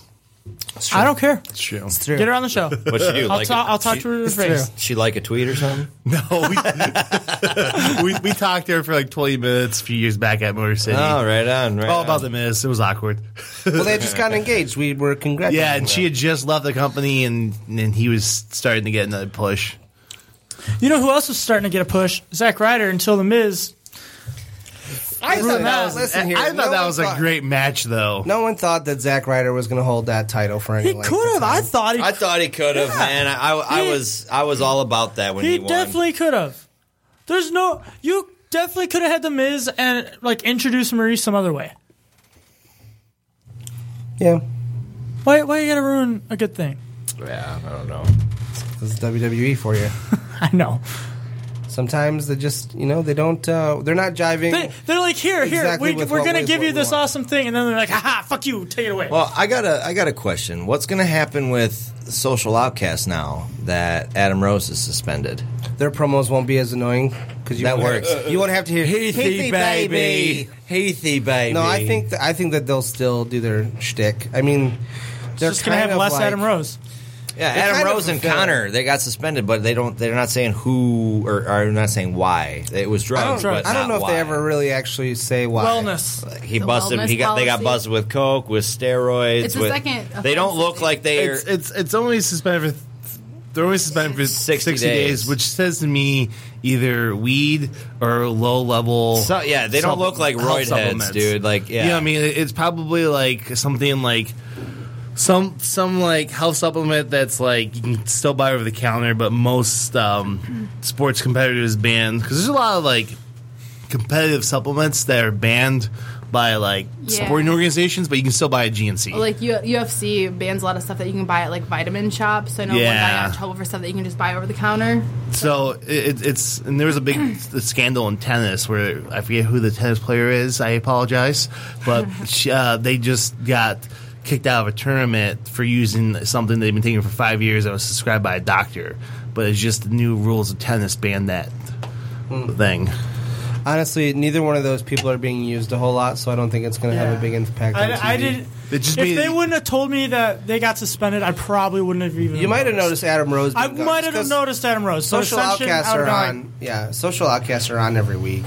Speaker 9: I don't care.
Speaker 8: It's true.
Speaker 9: Get her on the show.
Speaker 10: What she do?
Speaker 9: I'll,
Speaker 10: like
Speaker 9: ta-
Speaker 10: it?
Speaker 9: I'll talk
Speaker 10: she,
Speaker 9: to her in her face.
Speaker 10: She like a tweet or something?
Speaker 8: we, we talked to her for like 20 minutes a few years back at Motor City.
Speaker 10: Oh, right on, right
Speaker 8: All about
Speaker 10: on.
Speaker 8: the miss. It was awkward.
Speaker 7: well, they had just gotten engaged. We were congratulating.
Speaker 8: yeah, and
Speaker 7: them.
Speaker 8: she had just left the company, and and he was starting to get another push.
Speaker 9: You know who else was starting to get a push? Zack Ryder until The Miz.
Speaker 7: I thought that was,
Speaker 8: I-
Speaker 7: listen here,
Speaker 8: I thought
Speaker 7: no
Speaker 8: that
Speaker 7: one
Speaker 8: was a great match, though.
Speaker 7: No one thought that Zack Ryder was going to hold that title for any.
Speaker 9: He
Speaker 7: length.
Speaker 9: could have. I thought he,
Speaker 10: I thought he could have, man. I, I, I was I was all about that when he,
Speaker 9: he
Speaker 10: won.
Speaker 9: definitely could have. There's no. You definitely could have had The Miz and like introduced Marie some other way.
Speaker 7: Yeah.
Speaker 9: Why, why you gotta ruin a good thing?
Speaker 7: Yeah, I don't know. This is WWE E for you.
Speaker 9: I know.
Speaker 7: Sometimes they just, you know, they don't. Uh, they're not jiving.
Speaker 9: They, they're like, here, here,
Speaker 7: Exactly
Speaker 9: we,
Speaker 7: with
Speaker 9: we're
Speaker 7: what
Speaker 9: gonna
Speaker 7: we-
Speaker 9: give
Speaker 7: what
Speaker 9: you
Speaker 7: we
Speaker 9: this
Speaker 7: want.
Speaker 9: awesome thing, and then they're like, haha, fuck you, take it away.
Speaker 10: Well, I got a I got a question. What's going to happen with Social Outcast now that Adam Rose is suspended?
Speaker 7: Their promos won't be as annoying because you
Speaker 10: that
Speaker 7: won't
Speaker 10: works.
Speaker 7: Have, you won't have to hear
Speaker 10: Heathy,
Speaker 7: "Heathy,
Speaker 10: baby. Heathy baby.
Speaker 7: No, I think th- I think that they'll still do their shtick. I mean, they're
Speaker 9: just gonna
Speaker 7: kind
Speaker 9: have
Speaker 7: of
Speaker 9: less
Speaker 7: like-
Speaker 9: Adam Rose.
Speaker 10: Yeah,
Speaker 7: They're
Speaker 10: Adam
Speaker 7: kind of
Speaker 10: Rose and
Speaker 7: fulfilling.
Speaker 10: Connor they got suspended, but they don't. They're not saying who or are not saying why. It was
Speaker 7: I
Speaker 10: Oh, drugs.
Speaker 7: don't,
Speaker 10: but
Speaker 7: I don't
Speaker 10: not
Speaker 7: know if they
Speaker 10: why.
Speaker 7: ever really actually say why.
Speaker 9: Wellness.
Speaker 10: He busted. He
Speaker 7: wellness
Speaker 10: got. They got
Speaker 7: policy.
Speaker 10: busted with coke, with steroids.
Speaker 14: It's the
Speaker 10: with,
Speaker 14: second
Speaker 10: They don't
Speaker 14: offense,
Speaker 10: look like they. are
Speaker 8: It's it's, it's only suspended for they're only suspended for sixty, days.
Speaker 10: days.
Speaker 8: which says to me either weed or low level.
Speaker 10: So- yeah, they don't look like roid heads, dude. Like, yeah.
Speaker 8: you know what I mean, It- it's probably like something like. Some some like health supplement that's like you can still buy over the counter, but most um, sports competitors ban because there's a lot of like competitive supplements that are banned by like
Speaker 14: Yeah.
Speaker 8: sporting organizations, but you can still buy a GNC.
Speaker 14: Like U- UFC bans a lot of stuff that you can buy at like vitamin shops. I know one guy
Speaker 8: Yeah.
Speaker 14: got in trouble for stuff that you can just buy over the counter.
Speaker 8: So it, it's and there was a big scandal in tennis where I forget who the tennis player is. I apologize, but she, uh, they just got kicked out of a tournament for using something they've been taking for five years that was prescribed by a doctor. But it's just the new rules of tennis ban that thing.
Speaker 7: Honestly, neither one of those people are being used a whole lot, so I don't think it's going to have
Speaker 9: Yeah.
Speaker 7: a big impact. on
Speaker 9: I, I
Speaker 7: TV.
Speaker 9: did.
Speaker 8: It just
Speaker 9: if
Speaker 8: made-
Speaker 9: they wouldn't have told me that they got suspended, I probably wouldn't have even.
Speaker 7: You might have noticed Adam Rose.
Speaker 9: I
Speaker 7: being gone,
Speaker 9: might
Speaker 7: just
Speaker 9: have
Speaker 7: 'cause
Speaker 9: noticed Adam Rose. So
Speaker 7: social
Speaker 9: Ascension,
Speaker 7: outcasts
Speaker 9: I
Speaker 7: are
Speaker 9: would have
Speaker 7: on. Yeah, social outcasts are on every week.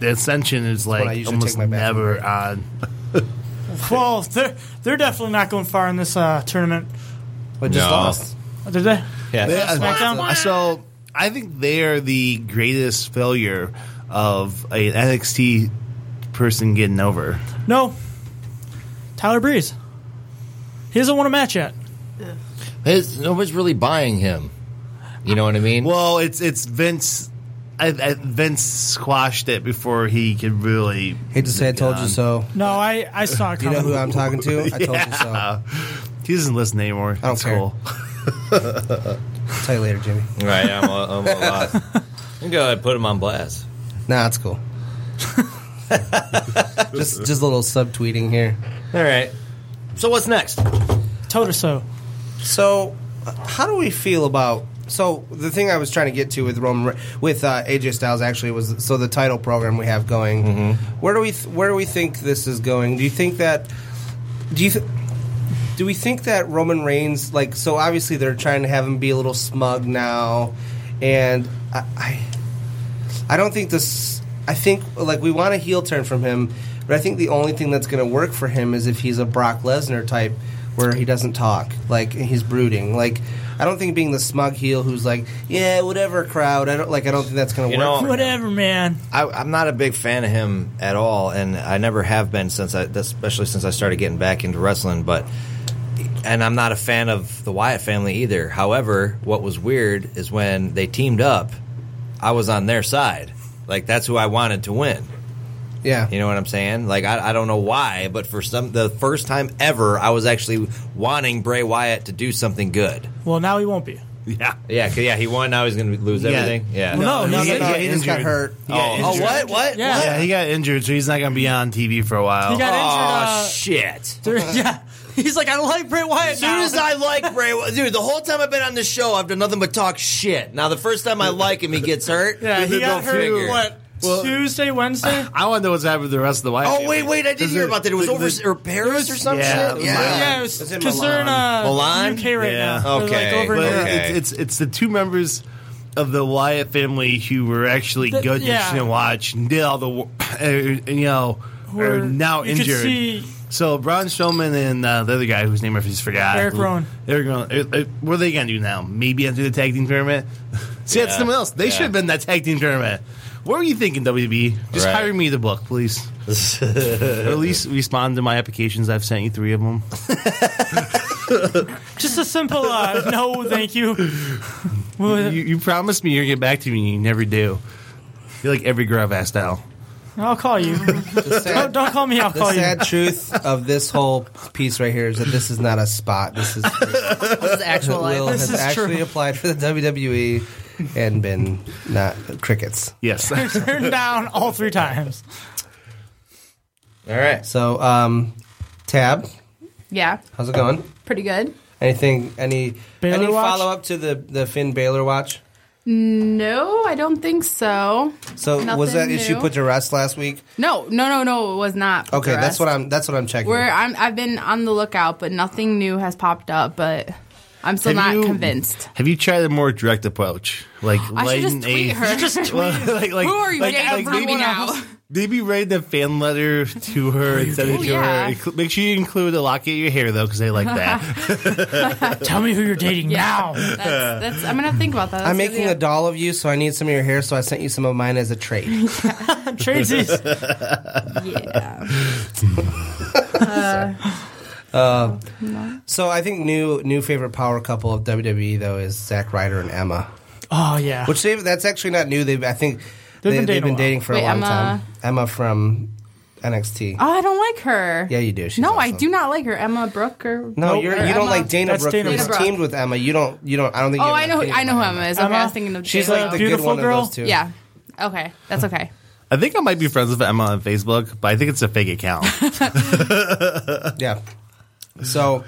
Speaker 8: The ascension is
Speaker 7: when I
Speaker 8: like
Speaker 7: usually
Speaker 8: almost
Speaker 7: take my bathroom
Speaker 8: never on.
Speaker 9: gone. Well, they're they're definitely not going far in this uh, tournament.
Speaker 7: But
Speaker 8: just No. lost.
Speaker 9: Did they?
Speaker 8: They-
Speaker 9: SmackDown.
Speaker 8: So I think they are the greatest failure of an NXT person getting over.
Speaker 9: No. Tyler Breeze. He hasn't won a match yet.
Speaker 10: His, nobody's really buying him. You know what I mean?
Speaker 8: Well, it's it's Vince. I, I, Vince squashed it before he could really.
Speaker 7: Hate to say I told you so.
Speaker 9: No, I, I saw it
Speaker 7: You
Speaker 9: coming.
Speaker 7: know who I'm talking to? I told you so.
Speaker 8: Yeah. He doesn't listen anymore. I
Speaker 7: don't
Speaker 8: That's
Speaker 7: care.
Speaker 8: cool.
Speaker 7: Tell you later, Jimmy.
Speaker 10: Right. I'm a, I'm a lost. I'm gonna put him on blast.
Speaker 7: Nah, it's cool. just just a little subtweeting here.
Speaker 10: All right. So what's next?
Speaker 9: Told so.
Speaker 7: So, uh, how do we feel about? So the thing I was trying to get to with Roman Re- with uh, AJ Styles actually was so the title program we have going.
Speaker 8: Mm-hmm.
Speaker 7: Where do we th- where do we think this is going? Do you think that? Do you? Th- do we think that Roman Reigns like so? Obviously, they're trying to have him be a little smug now, and I, I I don't think this. I think like we want a heel turn from him, but I think the only thing that's going to work for him is if he's a Brock Lesnar type, where he doesn't talk, like he's brooding. Like I don't think being the smug heel who's like, yeah, whatever crowd. I don't like. I don't think that's going to
Speaker 10: You
Speaker 7: work.
Speaker 10: know-
Speaker 7: for him.
Speaker 9: Whatever, man.
Speaker 10: I, I'm not a big fan of him at all, and I never have been since I, especially since I started getting back into wrestling. But, and I'm not a fan of the Wyatt family either. However, what was weird is when they teamed up, I was on their side. Like that's who I wanted to win.
Speaker 7: Yeah.
Speaker 10: You know what I'm saying? Like I, I don't know why, but for some, the first time ever, I was actually wanting Bray Wyatt to do something good.
Speaker 9: Well, now he won't be.
Speaker 8: Yeah.
Speaker 10: Yeah, 'cause, yeah, he won. Now he's going to lose
Speaker 8: Yeah.
Speaker 10: everything. Yeah.
Speaker 9: Well, no,
Speaker 7: No,
Speaker 8: He
Speaker 7: no,
Speaker 8: got-
Speaker 7: no,
Speaker 8: he
Speaker 7: he
Speaker 8: got
Speaker 7: just got
Speaker 8: injured.
Speaker 7: hurt.
Speaker 8: He got
Speaker 10: Oh, oh,
Speaker 8: injured.
Speaker 10: what? What?
Speaker 9: Yeah.
Speaker 10: What?
Speaker 8: Yeah, he got injured, so he's not going to be on TV for a while.
Speaker 9: He got
Speaker 10: Oh
Speaker 9: injured.
Speaker 10: shit!
Speaker 9: Uh, there- yeah. He's like, I don't like Bray Wyatt.
Speaker 10: As soon
Speaker 9: now.
Speaker 10: as I like Bray, Wy- dude, the whole time I've been on this show, I've done nothing but talk shit. Now the first time I like him, he gets hurt.
Speaker 9: Yeah, he
Speaker 10: Go
Speaker 9: got hurt.
Speaker 10: figure.
Speaker 9: What? Tuesday, Wednesday.
Speaker 8: I want to know what's happened to the rest of the Wyatt.
Speaker 10: Oh,
Speaker 8: family.
Speaker 10: wait, wait, I did
Speaker 8: 'Cause
Speaker 10: hear
Speaker 8: they're-
Speaker 10: about that. It was
Speaker 8: the-
Speaker 10: over
Speaker 8: the-
Speaker 10: or Paris or some
Speaker 8: Yeah,
Speaker 10: shit.
Speaker 8: it was Milan.
Speaker 9: Yeah, because they're in uh,
Speaker 10: Milan?
Speaker 9: UK right now. They're, like, over in
Speaker 8: But
Speaker 9: Europe.
Speaker 8: it's- It's, it's the two members of the Wyatt family who were actually
Speaker 9: The-
Speaker 8: good
Speaker 9: yeah.
Speaker 8: to watch and did all the wo- and, you know
Speaker 9: Who
Speaker 8: are
Speaker 9: are-
Speaker 8: now
Speaker 9: you could
Speaker 8: injured.
Speaker 9: see-
Speaker 8: so Braun Strowman and uh, the other guy whose name I just forgot,
Speaker 9: Eric Rowan.
Speaker 8: Eric Rowan. uh, uh, What are they gonna do now? Maybe enter the tag team tournament. See, that's
Speaker 10: Yeah.
Speaker 8: someone else. They
Speaker 10: Yeah.
Speaker 8: should have been that tag team tournament. What were you thinking, WB? Just
Speaker 10: Right.
Speaker 8: hire me to book, please. or at least respond to my applications. I've sent you three of them.
Speaker 9: Just a simple uh, no, thank you.
Speaker 8: you, you promised me you're gonna get back to me, and you never do. You're like every girl I've asked out.
Speaker 9: I'll call you. don't, don't call me. I'll
Speaker 7: The
Speaker 9: call you.
Speaker 7: sad truth of this whole piece right here is that this is not a spot. This is
Speaker 11: This is actual
Speaker 7: Will
Speaker 11: life.
Speaker 7: has actually applied for the WWE and been not crickets.
Speaker 8: Yes.
Speaker 9: Turned down all three times.
Speaker 7: All right. So, um, Tab,
Speaker 11: Yeah,
Speaker 7: how's it going?
Speaker 11: pretty good.
Speaker 7: Anything? Any
Speaker 9: Baylor
Speaker 7: any
Speaker 9: watch?
Speaker 7: follow up to the the Finn Baylor watch?
Speaker 11: No, I don't think so.
Speaker 7: So was
Speaker 11: Nothing
Speaker 7: that issue
Speaker 11: new.
Speaker 7: put to rest last week?
Speaker 11: No, no, no, no. It was not. put
Speaker 7: Okay,
Speaker 11: to
Speaker 7: that's
Speaker 11: rest.
Speaker 7: what I'm. That's what I'm checking.
Speaker 11: Where I'm, I've been on the lookout, but nothing new has popped up. But I'm still
Speaker 8: Have
Speaker 11: not
Speaker 8: you-
Speaker 11: convinced.
Speaker 8: Have you tried a more direct approach? Like
Speaker 11: I should
Speaker 8: lighten
Speaker 11: just tweet
Speaker 8: a-
Speaker 11: her.
Speaker 8: like, like,
Speaker 11: Who are you
Speaker 8: like,
Speaker 11: dating
Speaker 8: like maybe,
Speaker 11: everyone out?
Speaker 8: maybe write the fan letter to her and send it to
Speaker 11: dating? Yeah.
Speaker 8: her. Inclu- Make sure you include a locket in your hair though, because they like that.
Speaker 9: Tell me who you're dating now.
Speaker 11: That's, that's, I'm gonna have to think about that.
Speaker 7: I'm
Speaker 11: That's
Speaker 7: making
Speaker 11: gonna
Speaker 7: a doll of you, so I need some of your hair. So I sent you some of mine as a trade.
Speaker 9: Trade these.
Speaker 11: be- Yeah.
Speaker 7: Uh, so I think new new favorite power couple of WWE though is Zack Ryder and Emma,
Speaker 9: Oh yeah.
Speaker 7: which they that's actually not new. They've I think
Speaker 9: They've
Speaker 7: they,
Speaker 9: been
Speaker 7: have
Speaker 9: dating
Speaker 7: been
Speaker 9: a
Speaker 7: dating for a
Speaker 11: Wait,
Speaker 7: long
Speaker 11: Emma-
Speaker 7: time. Emma from NXT.
Speaker 11: Oh, I don't like her.
Speaker 7: Yeah, you do. She's
Speaker 11: no, I
Speaker 7: awesome.
Speaker 11: do not like her. Emma Brooke or
Speaker 7: No,
Speaker 11: Nope.
Speaker 7: you're,
Speaker 11: Or
Speaker 7: you don't
Speaker 11: Emma-
Speaker 7: like Dana
Speaker 9: That's
Speaker 7: Brooke,
Speaker 9: Dana
Speaker 7: who was
Speaker 11: Brooke.
Speaker 7: teamed with Emma. You don't. You don't. I don't think.
Speaker 11: Oh,
Speaker 7: you have
Speaker 11: I
Speaker 7: an
Speaker 11: know. Who,
Speaker 7: opinion
Speaker 11: I know who
Speaker 7: about
Speaker 11: Emma is. Okay, I
Speaker 9: Emma?
Speaker 11: was thinking of.
Speaker 7: She's
Speaker 11: Taylor.
Speaker 7: like the good
Speaker 9: Beautiful
Speaker 7: one
Speaker 9: girl?
Speaker 7: of those two.
Speaker 11: Yeah. Okay, that's okay.
Speaker 8: I think I might be friends with Emma on Facebook, but I think it's a fake account.
Speaker 7: yeah. So,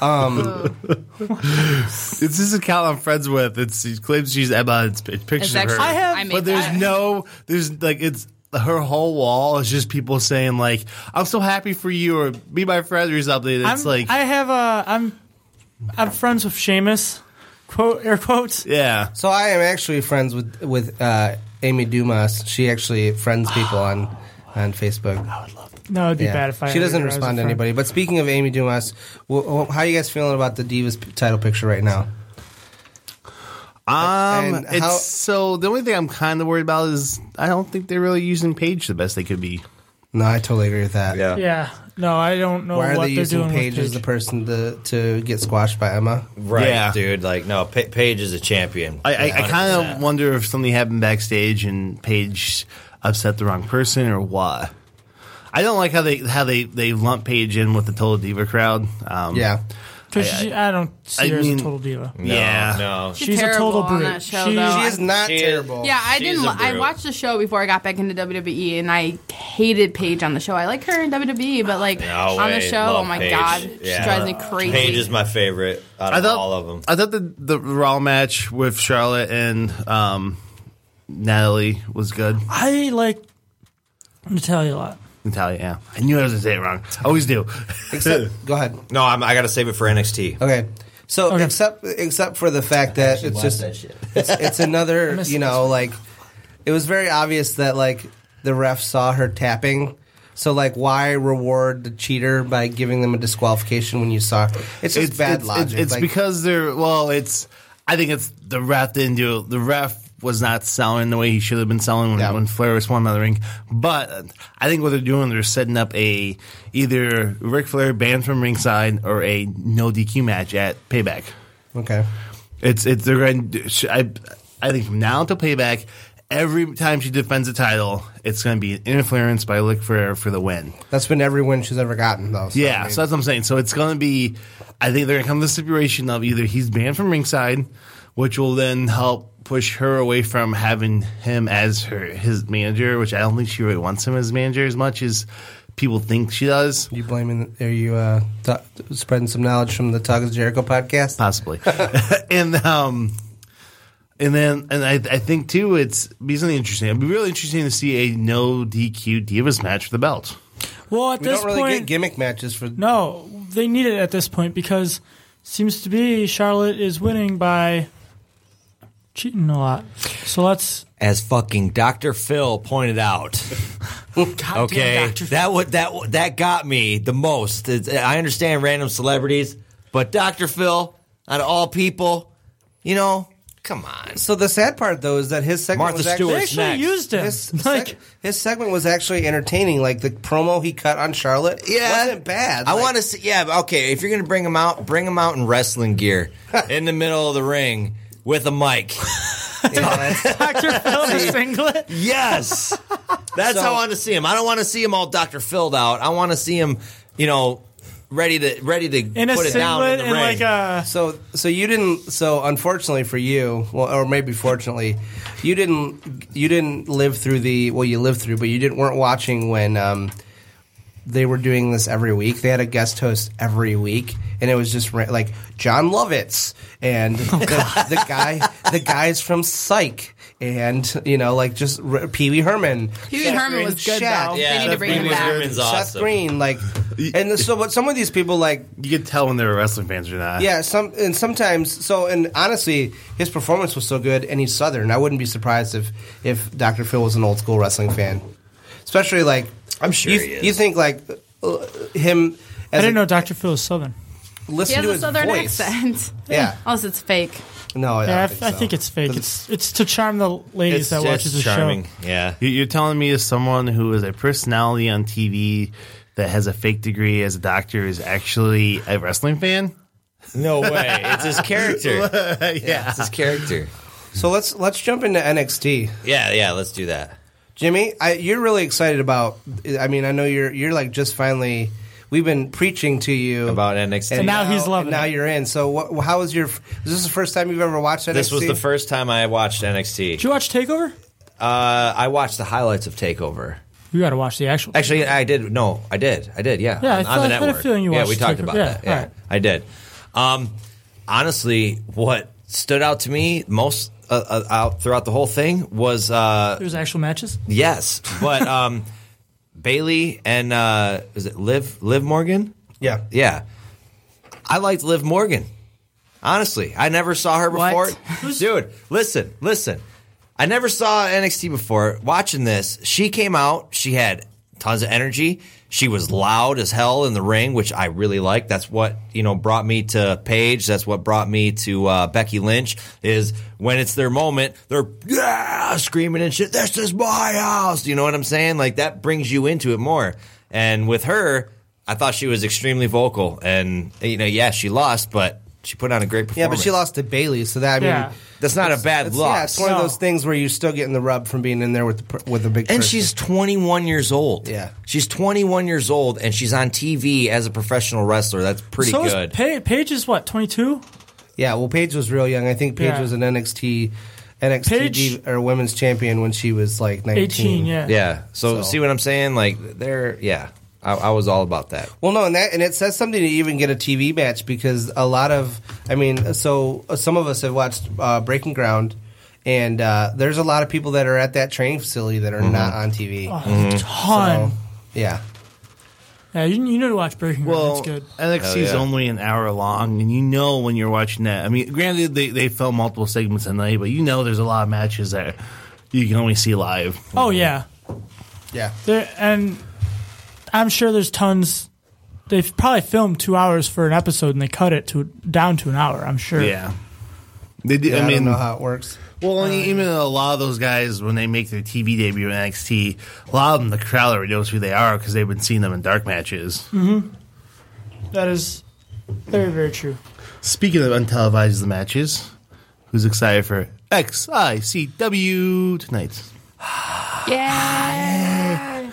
Speaker 7: um,
Speaker 8: it's this account I'm friends with. It's she claims she's Emma. It's, it's pictures
Speaker 11: It's
Speaker 8: of her.
Speaker 11: actually.
Speaker 9: I have-
Speaker 11: I made
Speaker 8: but there's
Speaker 11: that.
Speaker 8: no there's like it's her whole wall is just people saying like i'm so happy for you or be my friend or something it's
Speaker 9: I'm,
Speaker 8: like
Speaker 9: I have a. I'm. I'm friends with Seamus. Quote air quotes.
Speaker 8: yeah
Speaker 7: so I am actually friends with with uh, Amy Dumas. She actually friends people on on Facebook.
Speaker 9: No, it'd be
Speaker 7: Yeah.
Speaker 9: bad if I.
Speaker 7: she doesn't
Speaker 9: had her as a
Speaker 7: respond to
Speaker 9: friend.
Speaker 7: anybody. But speaking of Amy Dumas, wh- wh- how you guys feeling about the Divas p- title picture right now?
Speaker 8: um
Speaker 7: And
Speaker 8: it's
Speaker 7: how-
Speaker 8: so the only thing i'm kind of worried about is i don't think they're really using Paige the best they could be
Speaker 7: No, I totally agree with that.
Speaker 6: Yeah.
Speaker 9: Yeah. No, I don't know
Speaker 7: Why are
Speaker 9: what
Speaker 7: they
Speaker 9: are
Speaker 7: using
Speaker 9: doing
Speaker 7: Paige
Speaker 9: with
Speaker 7: as
Speaker 9: Paige.
Speaker 7: the person to to get squashed by Emma?
Speaker 10: Right,
Speaker 8: Yeah.
Speaker 10: dude. Like, no, pa- Paige is a champion.
Speaker 8: i i, I kind
Speaker 10: 100%.
Speaker 8: of wonder if something happened backstage and Paige upset the wrong person or what i don't like how they how they they lump Paige in with the total diva crowd um
Speaker 7: Yeah.
Speaker 9: 'Cause she- I, don't see
Speaker 8: I
Speaker 9: her as a
Speaker 8: mean-
Speaker 9: total diva.
Speaker 10: No,
Speaker 8: yeah
Speaker 10: no.
Speaker 9: She's a
Speaker 11: terrible
Speaker 9: total
Speaker 11: on
Speaker 9: brute.
Speaker 11: that show,
Speaker 9: She-
Speaker 11: though.
Speaker 7: She
Speaker 11: I-
Speaker 7: is not
Speaker 10: She-
Speaker 7: terrible.
Speaker 11: Yeah, I
Speaker 10: She's
Speaker 11: didn't.
Speaker 10: a
Speaker 11: li- I
Speaker 10: brute.
Speaker 11: watched the show before I got back into WWE, and I hated Paige on the show. I like her in WWE, but like
Speaker 10: No
Speaker 11: on the
Speaker 10: way.
Speaker 11: show, oh
Speaker 10: Love
Speaker 11: my
Speaker 10: Paige.
Speaker 11: god, she
Speaker 10: Yeah.
Speaker 11: drives me crazy.
Speaker 10: Paige is my favorite out of all of them.
Speaker 8: I thought the the Raw match with Charlotte and um, Natalie was good.
Speaker 9: I like Natalia a lot.
Speaker 8: Natalia, yeah. I knew I was gonna say it wrong. I always do.
Speaker 7: Except, go ahead.
Speaker 10: No, I'm, I got to save it for NXT.
Speaker 7: Okay. So
Speaker 9: Okay.
Speaker 7: except except for the fact that it's just it's, it's another you know like it was very obvious that like the ref saw her tapping. So like why reward the cheater by giving them a disqualification when you saw it's just bad
Speaker 8: it's,
Speaker 7: logic.
Speaker 8: It's, it's
Speaker 7: like,
Speaker 8: because they're well. It's I think it's the ref didn't do the ref was not selling the way he should have been selling when,
Speaker 7: Yeah.
Speaker 8: when Flair was one on the ring. But uh, I think what they're doing they're setting up a either Ric Flair banned from ringside or a no DQ match at Payback.
Speaker 7: okay.
Speaker 8: It's it's they're going. To, sh- I I think from now until payback, every time she defends a title, it's going to be an interference by Lick for for the win.
Speaker 7: That's been every win she's ever gotten though. So,
Speaker 8: yeah,
Speaker 7: I mean,
Speaker 8: so that's what I'm saying. So it's going to be. I think they're going to come to the stipulation of either he's banned from ringside, which will then help push her away from having him as her his manager, which I don't think she really wants him as manager as much as people think she does.
Speaker 7: you blaming are you uh, t- spreading some knowledge from the Talk of Jericho podcast?
Speaker 8: possibly. and um, And then, and I, I think too, it's be something interesting. It'd be really interesting to see a no DQ Divas match for the belt.
Speaker 9: Well, at
Speaker 7: we
Speaker 9: this
Speaker 7: don't really
Speaker 9: point,
Speaker 7: get gimmick matches for
Speaker 9: no, they need it at this point because seems to be Charlotte is winning by cheating a lot. So let's
Speaker 10: as fucking Dr. Phil pointed out. okay, that what that wa- that got me the most. It's- I understand random celebrities, but Dr. Phil, out of all people, you know, come on.
Speaker 7: So the sad part though is that his segment
Speaker 10: Martha
Speaker 7: was actually,
Speaker 10: Stewart's They actually next. used him.
Speaker 7: His, seg- his segment was actually entertaining. Like the promo he cut on Charlotte,
Speaker 10: Yeah.
Speaker 7: wasn't bad.
Speaker 10: I
Speaker 7: Like,
Speaker 10: want to see. Yeah, but okay. If you're gonna bring him out, bring him out in wrestling gear in the middle of the ring with a mic.
Speaker 9: Dr. Phil in a singlet.
Speaker 10: Yes, that's how I want to see him. I don't want to see him all Doctor filled out. I want to see him, you know, ready to ready to
Speaker 9: In a
Speaker 10: put it down
Speaker 9: singlet
Speaker 10: in the
Speaker 9: and
Speaker 10: ring.
Speaker 9: like uh, a
Speaker 7: so so you didn't. So unfortunately for you, well, or maybe fortunately, you didn't. You didn't live through the. Well, you lived through, but you didn't weren't watching when. Um, they were doing this every week. They had a guest host every week, and it was just ra- like John Lovitz and the, the guy, the guys from Psych, and you know, like just r- Pee Wee Herman.
Speaker 11: Pee Wee
Speaker 7: Seth
Speaker 11: Herman
Speaker 7: Green-
Speaker 11: was good,
Speaker 7: Shaq.
Speaker 11: though. They Yeah, need to Seth bring him Green was back. good. Herman's
Speaker 7: Seth
Speaker 11: awesome.
Speaker 7: Green, like, and the, so what? Some of these people, like,
Speaker 8: you could tell when they were wrestling fans or not.
Speaker 7: yeah, some and sometimes so and honestly, his performance was so good, and he's Southern. I wouldn't be surprised if if Dr. Phil was an old school wrestling fan, especially like I'm sure you, you think like uh, him.
Speaker 9: I
Speaker 7: As
Speaker 9: didn't
Speaker 7: a,
Speaker 9: know Dr. Phil was Southern.
Speaker 7: Listen
Speaker 11: he has
Speaker 7: to
Speaker 11: a
Speaker 7: his
Speaker 11: southern
Speaker 7: voice.
Speaker 11: accent.
Speaker 7: Yeah.
Speaker 11: Unless it's fake.
Speaker 7: No, I
Speaker 9: yeah, I,
Speaker 7: don't think
Speaker 9: I
Speaker 7: so.
Speaker 9: think it's fake. It's it's to charm the ladies that watches the show.
Speaker 10: Yeah,
Speaker 8: you're telling me as someone who is a personality on TV that has a fake degree as a doctor is actually a wrestling fan?
Speaker 10: No way. It's his character.
Speaker 8: yeah.
Speaker 10: it's his character.
Speaker 7: So let's let's jump into NXT.
Speaker 10: Yeah, yeah. Let's do that.
Speaker 7: Jimmy, I, you're really excited about. I mean, I know you're you're like just finally. We've been preaching to you
Speaker 10: about NXT,
Speaker 9: And now he's loving
Speaker 7: and Now
Speaker 9: it.
Speaker 7: you're in. So, what, how was your? Is this the first time you've ever watched NXT?
Speaker 10: This was the first time I watched NXT.
Speaker 9: Did you watch Takeover?
Speaker 10: Uh, I watched the highlights of Takeover.
Speaker 9: You got to watch the actual.
Speaker 10: Actually, I did. No, I did. I did. Yeah.
Speaker 9: Yeah, I
Speaker 10: on,
Speaker 9: thought-
Speaker 10: on the
Speaker 9: I had a
Speaker 10: network.
Speaker 9: feeling you
Speaker 10: yeah,
Speaker 9: watched
Speaker 10: we talked
Speaker 9: Takeover.
Speaker 10: about
Speaker 9: Yeah,
Speaker 10: that. Yeah,
Speaker 9: alright.
Speaker 10: I did. Um, honestly, what stood out to me most uh, uh, out throughout the whole thing was uh,
Speaker 9: There's actual matches.
Speaker 10: yes, but um, Bailey and uh, is it Liv Liv Morgan?
Speaker 7: Yeah.
Speaker 10: Yeah, I liked Liv Morgan. Honestly, I never saw her before.
Speaker 11: What?
Speaker 10: Dude, listen, listen. I never saw NXT before. Watching this, she came out. She had tons of energy. She was loud as hell in the ring, which I really liked. That's what you know brought me to Paige. That's what brought me to uh, Becky Lynch. Is when it's their moment, they're yeah screaming and shit. This is my house. You know what I'm saying? Like that brings you into it more. And with her, I thought she was extremely vocal. And you know, yeah, she lost, but she put on a great
Speaker 7: Yeah,
Speaker 10: performance.
Speaker 7: but she lost to Bailey, so that I mean,
Speaker 10: Yeah. That's not a
Speaker 7: it's-
Speaker 10: bad
Speaker 7: it's-
Speaker 10: loss.
Speaker 7: Yeah, it's one of
Speaker 10: No.
Speaker 7: those things where you're still getting the rub from being in there with the per- with the big.
Speaker 10: And
Speaker 7: person.
Speaker 10: she's 21 years old.
Speaker 7: Yeah.
Speaker 10: She's 21 years old and she's on TV as a professional wrestler. That's pretty
Speaker 9: so
Speaker 10: good.
Speaker 9: Is pa- Paige is what 22.
Speaker 7: yeah. Well, Paige was real young. I think Paige
Speaker 9: Yeah.
Speaker 7: was an NXT NXT
Speaker 9: Paige-
Speaker 7: div- or women's champion when she was like 19.
Speaker 9: 18, yeah.
Speaker 10: yeah. So,
Speaker 7: So-
Speaker 10: see what I'm saying? Like, they're, yeah, I, I was all about that.
Speaker 7: Well, no, and that and it says something to even get a TV match because a lot of, I mean, so uh, some of us have watched uh, Breaking Ground, and uh, there's a lot of people that are at that training facility that are
Speaker 8: Mm-hmm.
Speaker 7: not on TV.
Speaker 9: Oh, a ton.
Speaker 7: So, yeah.
Speaker 9: Yeah, you, you know to watch Breaking Ground. It's good.
Speaker 8: NXT is only an hour long, and you know when you're watching that. I mean, granted, they, they film multiple segments a night, but you know there's a lot of matches that you can only see live.
Speaker 9: Oh yeah,
Speaker 7: Yeah.
Speaker 9: there and I'm sure there's tons. They've probably filmed two hours for an episode and they cut it to down to an hour. I'm sure.
Speaker 8: Yeah. They do,
Speaker 7: Yeah, I
Speaker 8: I
Speaker 7: don't
Speaker 8: mean,
Speaker 7: know how it works.
Speaker 8: Well, and even a lot of those guys, when they make their TV debut in NXT, a lot of them, the crowd already knows who they are because they've been seeing them in dark matches.
Speaker 9: Mm-hmm. That is very very true.
Speaker 8: Speaking of untelevised matches, who's excited for XICW tonight?
Speaker 11: Yeah.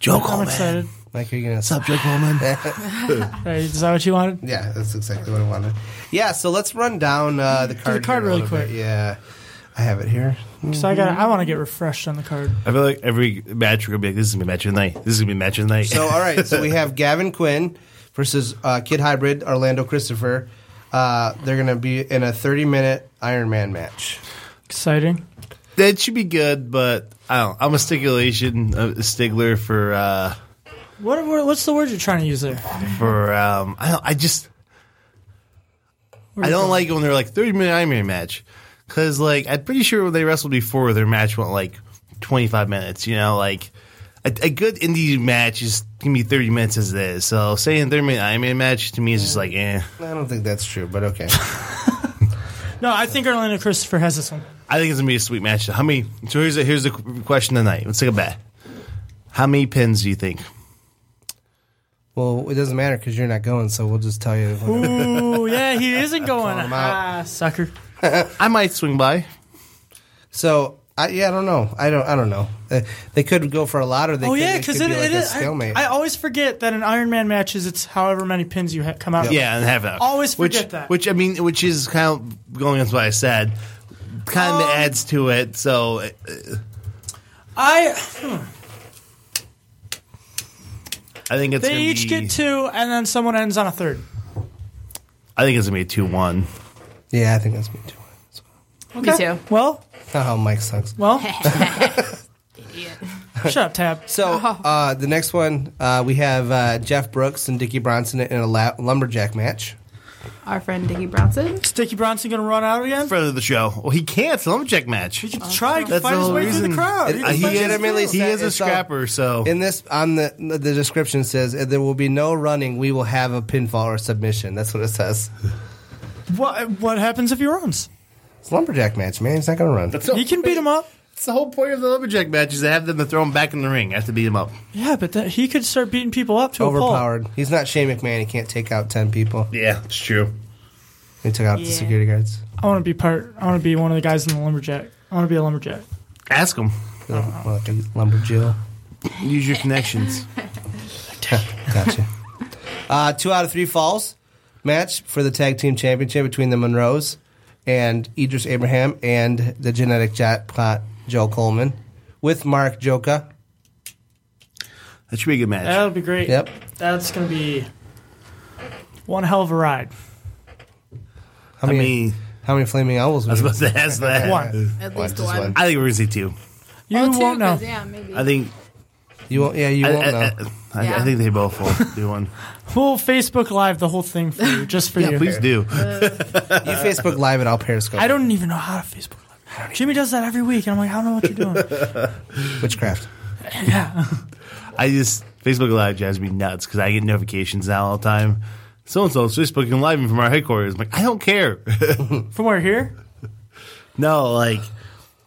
Speaker 8: Joe
Speaker 9: I'm
Speaker 8: Coleman.
Speaker 9: excited.
Speaker 7: Like you're gonna
Speaker 8: stop, Joe Coleman.
Speaker 9: Hey, is that what you wanted?
Speaker 7: Yeah, that's exactly what I wanted. Yeah, so let's run down uh, the card.
Speaker 9: card
Speaker 7: here a
Speaker 9: really
Speaker 7: little bit.
Speaker 9: quick.
Speaker 7: Yeah, I have it here.
Speaker 9: So I got. I want to get refreshed on the card.
Speaker 8: I feel like every match we're gonna be like, this is gonna be match of the night. This is gonna be match of the night.
Speaker 7: So all right, so we have Gavin Quinn versus uh, Kid Hybrid Orlando Christopher. Uh, they're going to be in a 30 minute Iron Man match.
Speaker 9: Exciting.
Speaker 8: That should be good, but I don't. I'm a stipulation, a stickler for uh,
Speaker 9: What, what what's the word you're trying to use there?
Speaker 8: for um. I don't. I just. I don't like it when they're like 30 minute Iron Man match, because like I'm pretty sure when they wrestled before, their match went like 25 minutes. You know, like a, a good indie match is can be 30 minutes as it is. So saying 30 minute Iron Man match to me is just like eh.
Speaker 7: I don't think that's true, but okay.
Speaker 9: No, I think Orlando Christopher has this one.
Speaker 8: I think it's gonna be a sweet match. How many? So here's a, here's the question tonight. Let's take a bet. How many pins do you think?
Speaker 7: Well, it doesn't matter because you're not going, so we'll just tell you.
Speaker 9: Ooh, yeah, he isn't going. Ah, sucker.
Speaker 8: I might swing by.
Speaker 7: So I, yeah, I don't know. I don't. I don't know. Uh, they could go for a lot, or they
Speaker 9: oh
Speaker 7: could,
Speaker 9: yeah,
Speaker 7: because
Speaker 9: because it,
Speaker 7: like
Speaker 9: it
Speaker 7: a
Speaker 9: is. I,
Speaker 7: stalemate.
Speaker 9: I always forget that in Iron Man matches, it's however many pins you ha- come out. with.
Speaker 8: Yeah, and have that.
Speaker 9: Always
Speaker 8: which,
Speaker 9: forget that.
Speaker 8: Which I mean, which is kind of going with what I said. Kind of
Speaker 9: Um,
Speaker 8: adds to it. So uh,
Speaker 9: I hmm.
Speaker 8: I think it's
Speaker 9: they
Speaker 8: gonna
Speaker 9: each
Speaker 8: be,
Speaker 9: get two, and then someone ends on a third.
Speaker 8: I think it's gonna be a two one.
Speaker 7: Yeah, I think that's me too.
Speaker 11: Me too.
Speaker 9: Well,
Speaker 7: Oh, Mike sucks.
Speaker 9: well. Shut up, Tab.
Speaker 7: So
Speaker 9: oh.
Speaker 7: uh, the next one, uh, we have uh, Jeff Brooks and Dickie Bronson in a la- lumberjack match.
Speaker 11: Our friend Dickie Bronson.
Speaker 9: Is Dickie Bronson gonna run out again?
Speaker 8: Friend of the show. Well, he can't. It's a lumberjack match. He
Speaker 9: should try to find his way through the crowd.
Speaker 7: It-
Speaker 9: can
Speaker 7: he
Speaker 9: fight his
Speaker 7: legitimately
Speaker 9: way
Speaker 8: He
Speaker 9: through.
Speaker 8: is a scrapper, so
Speaker 7: In this, on the the description says there will be no running. We will have a pinfall or submission. That's what it says.
Speaker 9: What what happens if he runs?
Speaker 7: It's a lumberjack match, man. He's not going to run.
Speaker 8: the-
Speaker 9: He can beat him up.
Speaker 8: It's the whole point of the lumberjack match is to have them to throw him back in the ring. I have to beat him up.
Speaker 9: Yeah, but that, he could start beating people up to a
Speaker 7: Overpowered. He's not Shane McMahon. He can't take out ten people.
Speaker 8: Yeah, it's true.
Speaker 7: He took out the
Speaker 9: Yeah.
Speaker 7: security guards.
Speaker 9: pole. I want to be part. I want to be one of the guys in the lumberjack. I want to be a lumberjack.
Speaker 8: Ask him.
Speaker 7: Well, like a lumberjill.
Speaker 8: Use your connections.
Speaker 7: gotcha. Uh, two out of three falls match for the tag team championship between the Monroes and Idris Abraham and the genetic jackpot Joe Coleman with Mark Joka.
Speaker 8: That should be a good match.
Speaker 9: That'll be great.
Speaker 7: Yep.
Speaker 9: That's gonna be one hell of a ride.
Speaker 7: How many? how many flaming owls?
Speaker 8: I was about to ask that.
Speaker 9: One.
Speaker 11: At least one.
Speaker 8: I think we're gonna see two.
Speaker 9: You
Speaker 11: Two,
Speaker 9: won't know.
Speaker 11: 'cause, Yeah, maybe.
Speaker 8: I think
Speaker 7: You won't. Yeah, you
Speaker 8: I,
Speaker 7: won't
Speaker 8: I-
Speaker 7: know.
Speaker 8: I, I,
Speaker 11: Yeah.
Speaker 8: think they both will do one.
Speaker 9: We'll Facebook Live the whole thing for you, just for
Speaker 8: Yeah,
Speaker 9: you.
Speaker 8: please do.
Speaker 7: you Facebook Live it. I'll Periscope.
Speaker 9: I don't even know how to Facebook Live. Jimmy does that every week, and I'm like, I don't know what you're doing.
Speaker 7: witchcraft.
Speaker 8: I just Facebook Live drives me nuts because I get notifications now all the time. So and so's Facebooking live from our headquarters. I'm like, I don't care.
Speaker 9: From where here?
Speaker 8: no, like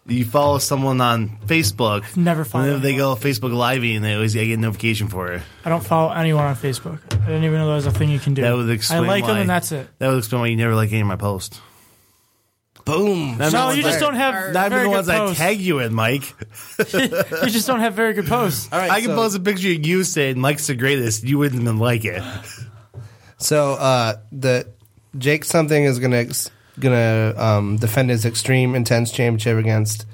Speaker 8: you follow someone on Facebook.
Speaker 9: Never follow.
Speaker 8: Whenever they go Facebook Live and they always I get a notification for it.
Speaker 9: I don't follow anyone on Facebook. I didn't even know there was a thing you can do.
Speaker 8: That would explain
Speaker 9: I like
Speaker 8: why,
Speaker 9: them, and that's it.
Speaker 8: That would explain why you never like any of my posts.
Speaker 7: Boom.
Speaker 8: Not
Speaker 9: No,
Speaker 8: even
Speaker 9: you
Speaker 8: the ones
Speaker 9: just don't have
Speaker 8: I- Not even
Speaker 9: very
Speaker 8: the
Speaker 9: good
Speaker 8: ones I
Speaker 9: posts.
Speaker 8: tag you in, Mike.
Speaker 9: you just don't have very good posts.
Speaker 7: All right.
Speaker 8: I can
Speaker 7: so,
Speaker 8: post a picture of you saying Mike's the greatest. You wouldn't even like it.
Speaker 7: So uh, the Jake something is gonna gonna um, defend his extreme intense championship against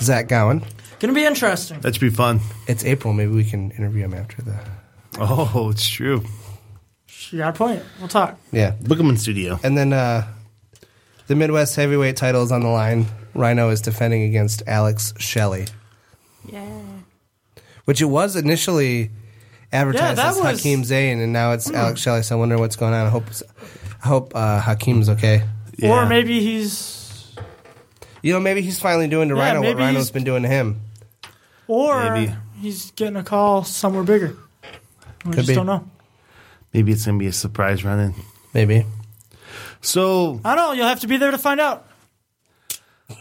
Speaker 7: Zach Gowen.
Speaker 9: Gonna be interesting.
Speaker 8: That should be fun.
Speaker 7: It's April. Maybe we can interview him after the.
Speaker 8: Oh, it's true.
Speaker 9: You got a point. We'll talk.
Speaker 7: Yeah,
Speaker 8: Book him in studio.
Speaker 7: and then uh, the Midwest heavyweight title is on the line. Rhino is defending against Alex Shelley,
Speaker 11: yeah.
Speaker 7: which it was initially advertised
Speaker 9: Yeah,
Speaker 7: as
Speaker 9: that was- Hmm.
Speaker 7: Hakeem Zayn, and now it's Alex Shelley. So I wonder what's going on. I hope I hope uh, Hakeem's okay.
Speaker 9: Or
Speaker 8: Yeah.
Speaker 9: maybe he's.
Speaker 7: You know, maybe he's finally doing to
Speaker 9: Yeah,
Speaker 7: Rhino what
Speaker 9: maybe
Speaker 7: Rhino's
Speaker 9: he's-
Speaker 7: been doing to him.
Speaker 9: Or
Speaker 8: Maybe.
Speaker 9: he's getting a call somewhere bigger. We just
Speaker 7: be.
Speaker 9: don't know.
Speaker 8: Maybe it's gonna be a surprise run in.
Speaker 7: Maybe.
Speaker 8: So
Speaker 9: I don't know. You'll have to be there to find out.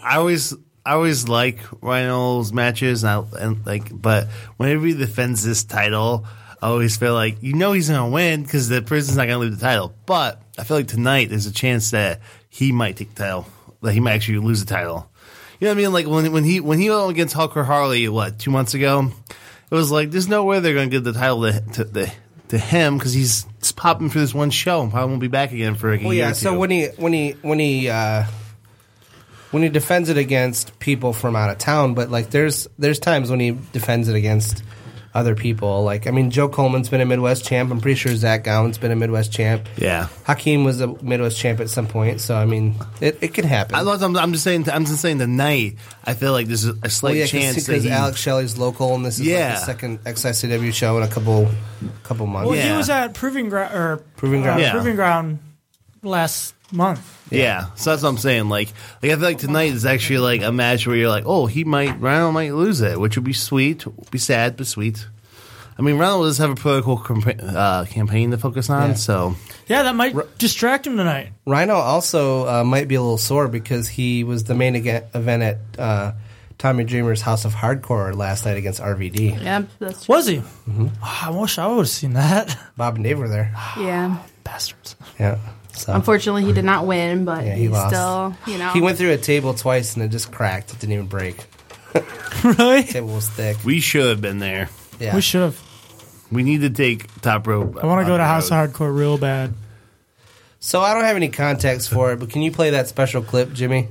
Speaker 8: I always I always like Rhino's matches and, I, and like but whenever he defends this title, I always feel like you know he's gonna win because the person's not gonna lose the title. But I feel like tonight there's a chance that he might take the title. That he might actually lose the title. You know what I mean? Like when when he when he went against Hulk or Harley, what two months ago, it was like there's no way they're gonna give the title to to, to, to him because he's popping for this one show and probably won't be back again for like a
Speaker 7: Well,
Speaker 8: year.
Speaker 7: Oh, yeah.
Speaker 8: or
Speaker 7: So
Speaker 8: two.
Speaker 7: when he when he when he uh, when he defends it against people from out of town, but like there's there's times when he defends it against other people. Like, I mean, Joe Coleman's been a Midwest champ. I'm pretty sure Zach Gowen's been a Midwest champ.
Speaker 8: Yeah.
Speaker 7: Hakeem was a Midwest champ at some point. So, I mean, it, it could happen.
Speaker 8: I love, I'm, I'm just saying. I'm just saying tonight. I feel like there's a slight
Speaker 7: Well, Oh, yeah,
Speaker 8: chance that
Speaker 7: because
Speaker 8: he-
Speaker 7: Alex Shelley's local, and this is
Speaker 8: Yeah.
Speaker 7: like the second XICW show in a couple couple months.
Speaker 9: Well, he was at Proving Ground or
Speaker 7: Proving Ground.
Speaker 9: uh,
Speaker 8: Yeah.
Speaker 9: Proving Ground last month.
Speaker 8: Yeah. so that's what I'm saying. Like, like I feel like tonight is actually like a match where you're like, oh, he might Ronald might lose it, which would be sweet, be sad, but sweet. I mean, Ronald does have a political compa- uh, campaign to focus on,
Speaker 7: Yeah.
Speaker 8: so
Speaker 9: Yeah, that might distract him tonight.
Speaker 7: Rhino also uh, might be a little sore because he was the main aga- event at uh, Tommy Dreamer's House of Hardcore last night against RVD.
Speaker 11: Yeah, that's
Speaker 9: Was he? Oh, I wish I would have seen that.
Speaker 7: Bob and Dave were there.
Speaker 11: Yeah.
Speaker 9: Bastards.
Speaker 7: Yeah. So.
Speaker 11: Unfortunately, he did not win, but
Speaker 7: Yeah, he
Speaker 11: he,
Speaker 7: lost.
Speaker 11: still, you know.
Speaker 7: He went through a table twice and it just cracked. It didn't even break.
Speaker 9: really?
Speaker 7: table was thick.
Speaker 8: we should have been there.
Speaker 7: Yeah. We
Speaker 9: should have.
Speaker 8: We need to take top rope.
Speaker 9: I
Speaker 8: on
Speaker 9: want to go
Speaker 8: the
Speaker 9: to House
Speaker 8: road.
Speaker 9: of Hardcore real bad.
Speaker 7: So I don't have any context for it, but can you play that special clip, Jimmy?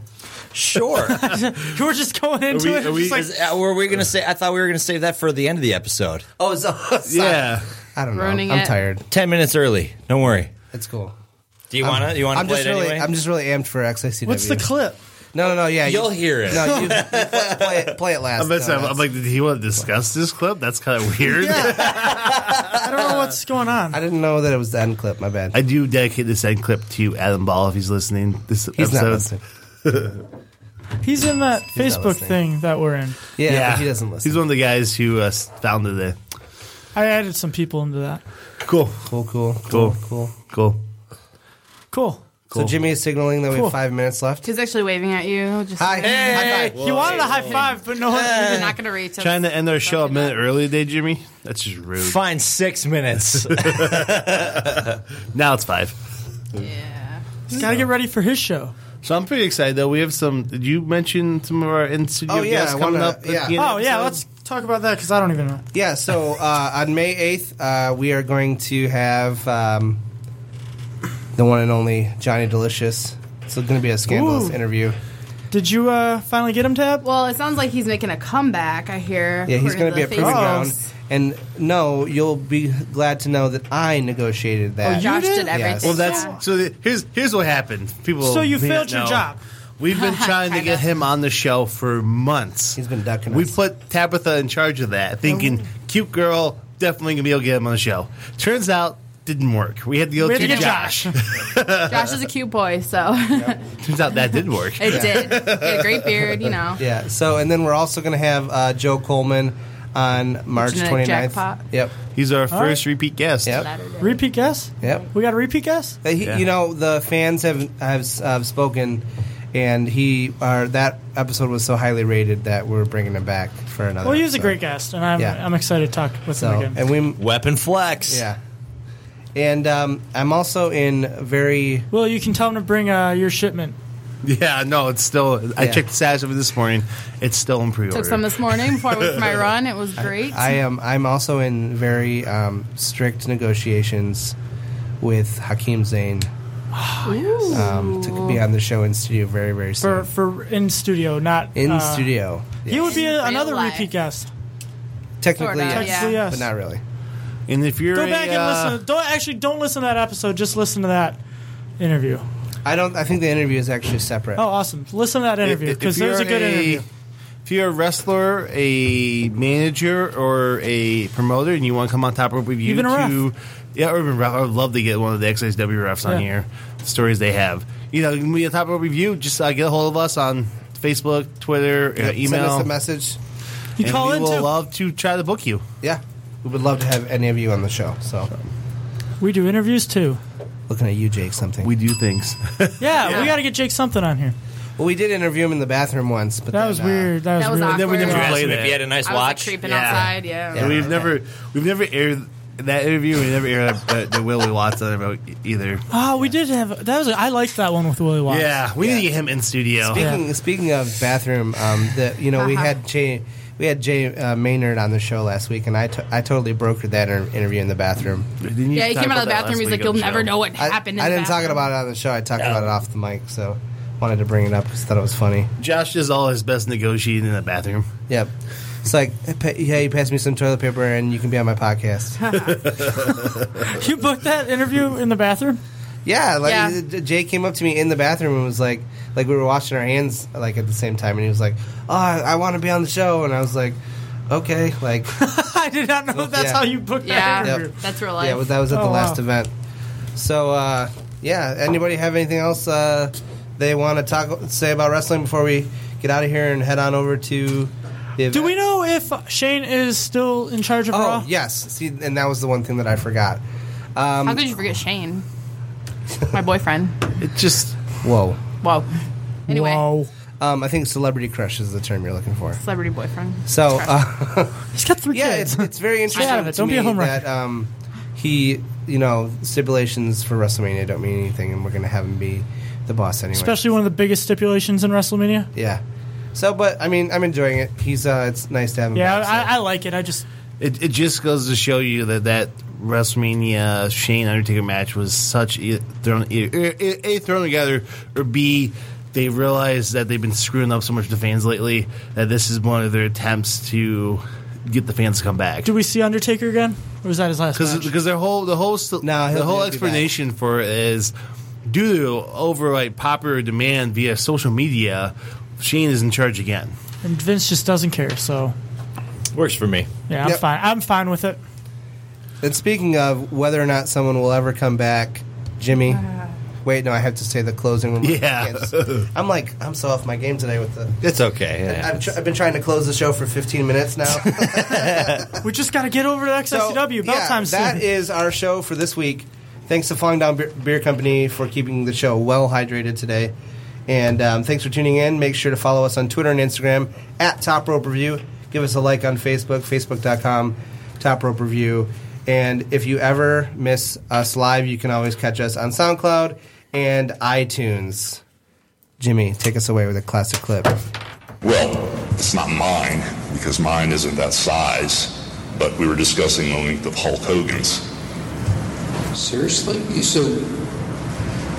Speaker 10: Sure.
Speaker 9: We're just going into it. just like,
Speaker 10: Is- uh, were we going to say? I thought we were going to save that for the end of the episode.
Speaker 7: Oh, so,
Speaker 10: Yeah.
Speaker 7: I don't know.
Speaker 10: Ruining
Speaker 7: I'm
Speaker 10: it.
Speaker 7: tired.
Speaker 10: Ten minutes early. Don't worry.
Speaker 7: It's cool.
Speaker 10: Do you want to? You want to
Speaker 7: I'm
Speaker 10: play
Speaker 7: just
Speaker 10: it
Speaker 7: really,
Speaker 10: anyway?
Speaker 7: I'm just really amped for XICW.
Speaker 10: What's the
Speaker 9: clip?
Speaker 7: No, no, no. Yeah,
Speaker 10: You'll hear it.
Speaker 7: No, you, play it. Play it last.
Speaker 8: I'm, about to
Speaker 7: No,
Speaker 8: say, I'm-
Speaker 7: that's-
Speaker 8: I'm like, did he want to discuss this clip? That's kind of weird.
Speaker 9: I don't know what's going on.
Speaker 7: I didn't know that it was the end clip. My bad.
Speaker 8: I do dedicate this end clip to Adam Ball if he's listening. This
Speaker 7: He's not
Speaker 8: episode.
Speaker 9: He's in that
Speaker 8: He's not
Speaker 9: Facebook
Speaker 8: listening.
Speaker 9: thing that we're in.
Speaker 7: doesn't listen.
Speaker 8: He's one of the guys who uh, founded it.
Speaker 9: I added some people into that.
Speaker 8: Cool.
Speaker 7: Cool, cool,
Speaker 8: cool,
Speaker 7: cool,
Speaker 8: cool.
Speaker 9: Cool.
Speaker 7: So Jimmy is signaling that we have five minutes left.
Speaker 11: He's actually waving at you. Just
Speaker 7: Hi.
Speaker 9: Hey.
Speaker 7: He wanted
Speaker 9: a high five, but no one-
Speaker 11: You're not going to reach us.
Speaker 8: Trying to end our show a minute early today, Jimmy. That's just rude.
Speaker 10: Fine, six minutes.
Speaker 8: now it's five.
Speaker 9: He's got to get ready for his show.
Speaker 8: So I'm pretty excited though. We have some. Did you mention some of our in studio
Speaker 7: Oh, yeah,
Speaker 8: guests
Speaker 7: I
Speaker 8: coming
Speaker 7: wanna-
Speaker 8: up? at the
Speaker 7: yeah.
Speaker 8: beginning of
Speaker 9: oh,
Speaker 8: the
Speaker 9: yeah,
Speaker 8: episode?
Speaker 9: let's talk about that because I don't even know.
Speaker 7: Yeah. So uh, on May eighth, uh, we are going to have um, the one and only Johnny Delicious. It's going to be a scandalous
Speaker 11: Ooh.
Speaker 7: interview.
Speaker 9: Did you uh, finally get him, Tab?
Speaker 11: Well, it sounds like he's making a comeback, I hear.
Speaker 7: Yeah, he's
Speaker 11: according
Speaker 7: going to be
Speaker 11: the
Speaker 7: at Proving
Speaker 11: Facebook
Speaker 7: Ground.
Speaker 11: posts.
Speaker 7: And no, you'll be glad to know that I negotiated that.
Speaker 11: Oh, Josh You did? did everything.
Speaker 8: Well, that's so. the- here's here's what happened. People.
Speaker 7: So you
Speaker 8: may
Speaker 7: failed
Speaker 8: not
Speaker 7: your
Speaker 8: know.
Speaker 7: job.
Speaker 8: We've been trying to get him on the show for months. He's
Speaker 7: been ducking
Speaker 8: We put Tabitha in charge of that, thinking cute girl definitely gonna be able to get him on the show. Turns out didn't work. We had to go
Speaker 11: We had
Speaker 8: to,
Speaker 11: to get
Speaker 8: Josh.
Speaker 11: Josh is a cute boy, so
Speaker 8: Turns out that did work.
Speaker 11: it did. He had a great beard, you know.
Speaker 7: Yeah. So, and then we're also going to have uh, Joe Coleman on March
Speaker 11: Genetic
Speaker 7: 29th.
Speaker 11: jackpot.
Speaker 7: Yep.
Speaker 8: He's our
Speaker 9: first
Speaker 8: repeat guest.
Speaker 7: Yep.
Speaker 9: Repeat guess?
Speaker 7: Yep.
Speaker 9: We got a repeat guess?
Speaker 7: Uh, he- You know, the fans have have, have spoken, and he our that episode was so highly rated that we're bringing him back for another.
Speaker 9: Well, he was a
Speaker 7: episode.
Speaker 9: great guest, and I'm,
Speaker 7: Yeah.
Speaker 9: I'm excited to talk with
Speaker 7: So,
Speaker 9: him again.
Speaker 7: and we
Speaker 10: weapon flex.
Speaker 7: Yeah. And um, I'm also in very
Speaker 9: Well, you can tell him to bring uh, your shipment.
Speaker 8: Yeah, no, it's still. I
Speaker 7: Yeah.
Speaker 8: checked the status of it this morning. It's still in pre-order.
Speaker 11: Took some this morning before I went for my run. It was great.
Speaker 7: I am. I'm also in very um, strict negotiations with Hakeem Zain um, to be on the show in studio very very soon.
Speaker 9: Ah, For, for in studio, not
Speaker 7: in
Speaker 9: uh,
Speaker 7: studio,
Speaker 9: He would be
Speaker 11: In
Speaker 9: a,
Speaker 11: real
Speaker 9: another
Speaker 11: life.
Speaker 9: repeat guest.
Speaker 7: technically,
Speaker 9: Sorta,
Speaker 7: yes,
Speaker 9: Technically, yes.
Speaker 7: but not really.
Speaker 8: And if you're
Speaker 9: Go
Speaker 8: a,
Speaker 9: back and
Speaker 8: uh,
Speaker 9: listen. Don't actually don't listen to that episode. Just listen to that interview.
Speaker 7: I don't. I think the interview is actually separate.
Speaker 9: Oh, awesome! Listen to that interview
Speaker 8: If- if
Speaker 9: because there's a
Speaker 8: you're
Speaker 9: good interview.
Speaker 8: If you're a wrestler, a manager, or a promoter, and you want to come on top of review,
Speaker 9: Even a ref.
Speaker 8: to, yeah, or even ref, I would love to get one of the XXW refs on
Speaker 9: Yeah.
Speaker 8: here. The stories they have, you know, when we on top of review, just uh, get a hold of us on Facebook, Twitter, uh,
Speaker 7: Yep,
Speaker 8: email,
Speaker 7: Send us a message.
Speaker 9: You call
Speaker 8: we
Speaker 9: in,
Speaker 8: will
Speaker 9: too.
Speaker 8: love to try to book you.
Speaker 7: Yeah, we would love to have any of you on the show. So,
Speaker 9: We do interviews too.
Speaker 7: looking at you, Jake, something.
Speaker 8: We do things.
Speaker 9: Yeah, we got to get Jake something on here.
Speaker 7: well, we did interview him in the bathroom once, but uh,
Speaker 9: That was weird. That was,
Speaker 11: That was
Speaker 9: really
Speaker 11: awkward. Then we
Speaker 10: Did you
Speaker 11: Yeah.
Speaker 10: ask
Speaker 8: Play
Speaker 10: him if
Speaker 8: that.
Speaker 10: he had a nice
Speaker 11: I was like,
Speaker 10: watch?
Speaker 11: creeping outside. Yeah.
Speaker 8: And we've never, we've never aired that interview. We never aired uh, the Willie Watson about e-, either.
Speaker 9: Oh, we did have that was. I liked that one with Willie Watts.
Speaker 8: Yeah, we need to get him in studio.
Speaker 7: Speaking speaking of bathroom, um, the you know we
Speaker 11: Uh-huh.
Speaker 9: Haha.
Speaker 7: had Jay we had Jay uh, Maynard on the show last week, and I to- I totally brokered that inter- interview in the bathroom.
Speaker 11: Yeah, he came out of the bathroom. He's like, "You'll never know what
Speaker 7: I,
Speaker 11: happened." in
Speaker 7: I
Speaker 11: the
Speaker 7: didn't talk
Speaker 11: bathroom."
Speaker 7: about it on the show. I talked about it off the mic. So wanted to bring it up because I thought it was funny.
Speaker 8: Josh does all his best negotiating in the bathroom.
Speaker 7: Yep. It's like, hey, pa- yeah, you pass me some toilet paper and you can be on my podcast.
Speaker 9: you booked that interview in the bathroom?
Speaker 7: Yeah, like uh,
Speaker 9: Yeah.
Speaker 7: J- Jay came up to me in the bathroom and was like, like we were washing our hands like at the same time, and he was like, "Oh, I, I want to be on the show," and I was like, "Okay, like."
Speaker 9: I did not know that's
Speaker 7: Yeah.
Speaker 9: how you booked that
Speaker 7: Yep.
Speaker 9: interview.
Speaker 7: Yeah, well, that was at the
Speaker 9: Oh,
Speaker 7: last
Speaker 9: wow.
Speaker 7: event. So, uh, yeah. Anybody have anything else uh, they want to talk say about wrestling before we get out of here and head on over to the event?
Speaker 9: Do we know if Shane is still in charge of
Speaker 7: Oh
Speaker 9: Raw?
Speaker 7: yes. See, and that was the one thing that I forgot. Um,
Speaker 11: How could you forget Shane? My boyfriend.
Speaker 7: It just whoa.
Speaker 11: Whoa. Anyway.
Speaker 7: Whoa. Um, I think celebrity crush is the term you're looking for.
Speaker 11: Celebrity boyfriend.
Speaker 7: So uh,
Speaker 9: he's got three
Speaker 7: yeah, It's, it's very interesting.
Speaker 9: out of it.
Speaker 7: to
Speaker 9: Don't be a
Speaker 7: me
Speaker 9: home run.
Speaker 7: That um, he, you know, stipulations for WrestleMania don't mean anything, and we're going to have him be the boss anyway.
Speaker 9: Especially one of the biggest stipulations in WrestleMania.
Speaker 7: Yeah. So, but I mean, I'm enjoying it. He's uh, it's nice to have him.
Speaker 9: Yeah,
Speaker 7: back, so.
Speaker 9: I, I like it. I just
Speaker 8: It, it just goes to show you that that WrestleMania Shane Undertaker match was such e- thrown e- e- a thrown together, or b they realize that they've been screwing up so much the fans lately that this is one of their attempts to get the fans to come back.
Speaker 9: do. We see Undertaker again, or was that his last? match?
Speaker 8: Because their whole the whole st-
Speaker 9: he'll-
Speaker 8: the whole
Speaker 9: he'll be
Speaker 8: explanation for it is due to over like popular demand via social media, Shane is in charge again.
Speaker 9: And Vince just doesn't care. So
Speaker 10: Works for me.
Speaker 9: yeah, I'm
Speaker 7: Yep.
Speaker 9: fine. I'm fine with it.
Speaker 7: And speaking of whether or not someone will ever come back, Jimmy. Wait, no, I have to say the closing remarks.
Speaker 10: Yeah.
Speaker 7: I can't- I'm like, I'm so off my game today with the.
Speaker 10: It's okay.
Speaker 7: I-
Speaker 10: Yeah.
Speaker 7: I've, tr- I've been trying to close the show for 15 minutes now.
Speaker 9: we just got to get over to XSCW. About
Speaker 7: yeah,
Speaker 9: time soon.
Speaker 7: That is our show for this week. Thanks to Falling Down Beer, Beer Company for keeping the show well hydrated today. And um, thanks for tuning in. Make sure to follow us on Twitter and Instagram at Top Rope Review. Give us a like on Facebook, facebook.com, Top Rope Review. And if you ever miss us live, you can always catch us on SoundCloud and iTunes. Jimmy, take us away with a classic clip.
Speaker 15: Well, it's not mine because mine isn't that size. But we were discussing the length of Hulk Hogan's. Seriously? So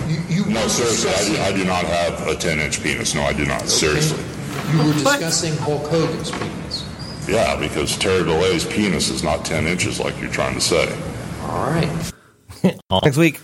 Speaker 15: you, you no, seriously, I do, I do not have a 10-inch penis. No, I do not. Seriously.
Speaker 16: You were discussing Hulk Hogan's penis.
Speaker 15: Yeah, because Terry Belay's penis is not 10 inches like you're trying to say. All right.
Speaker 7: Next week.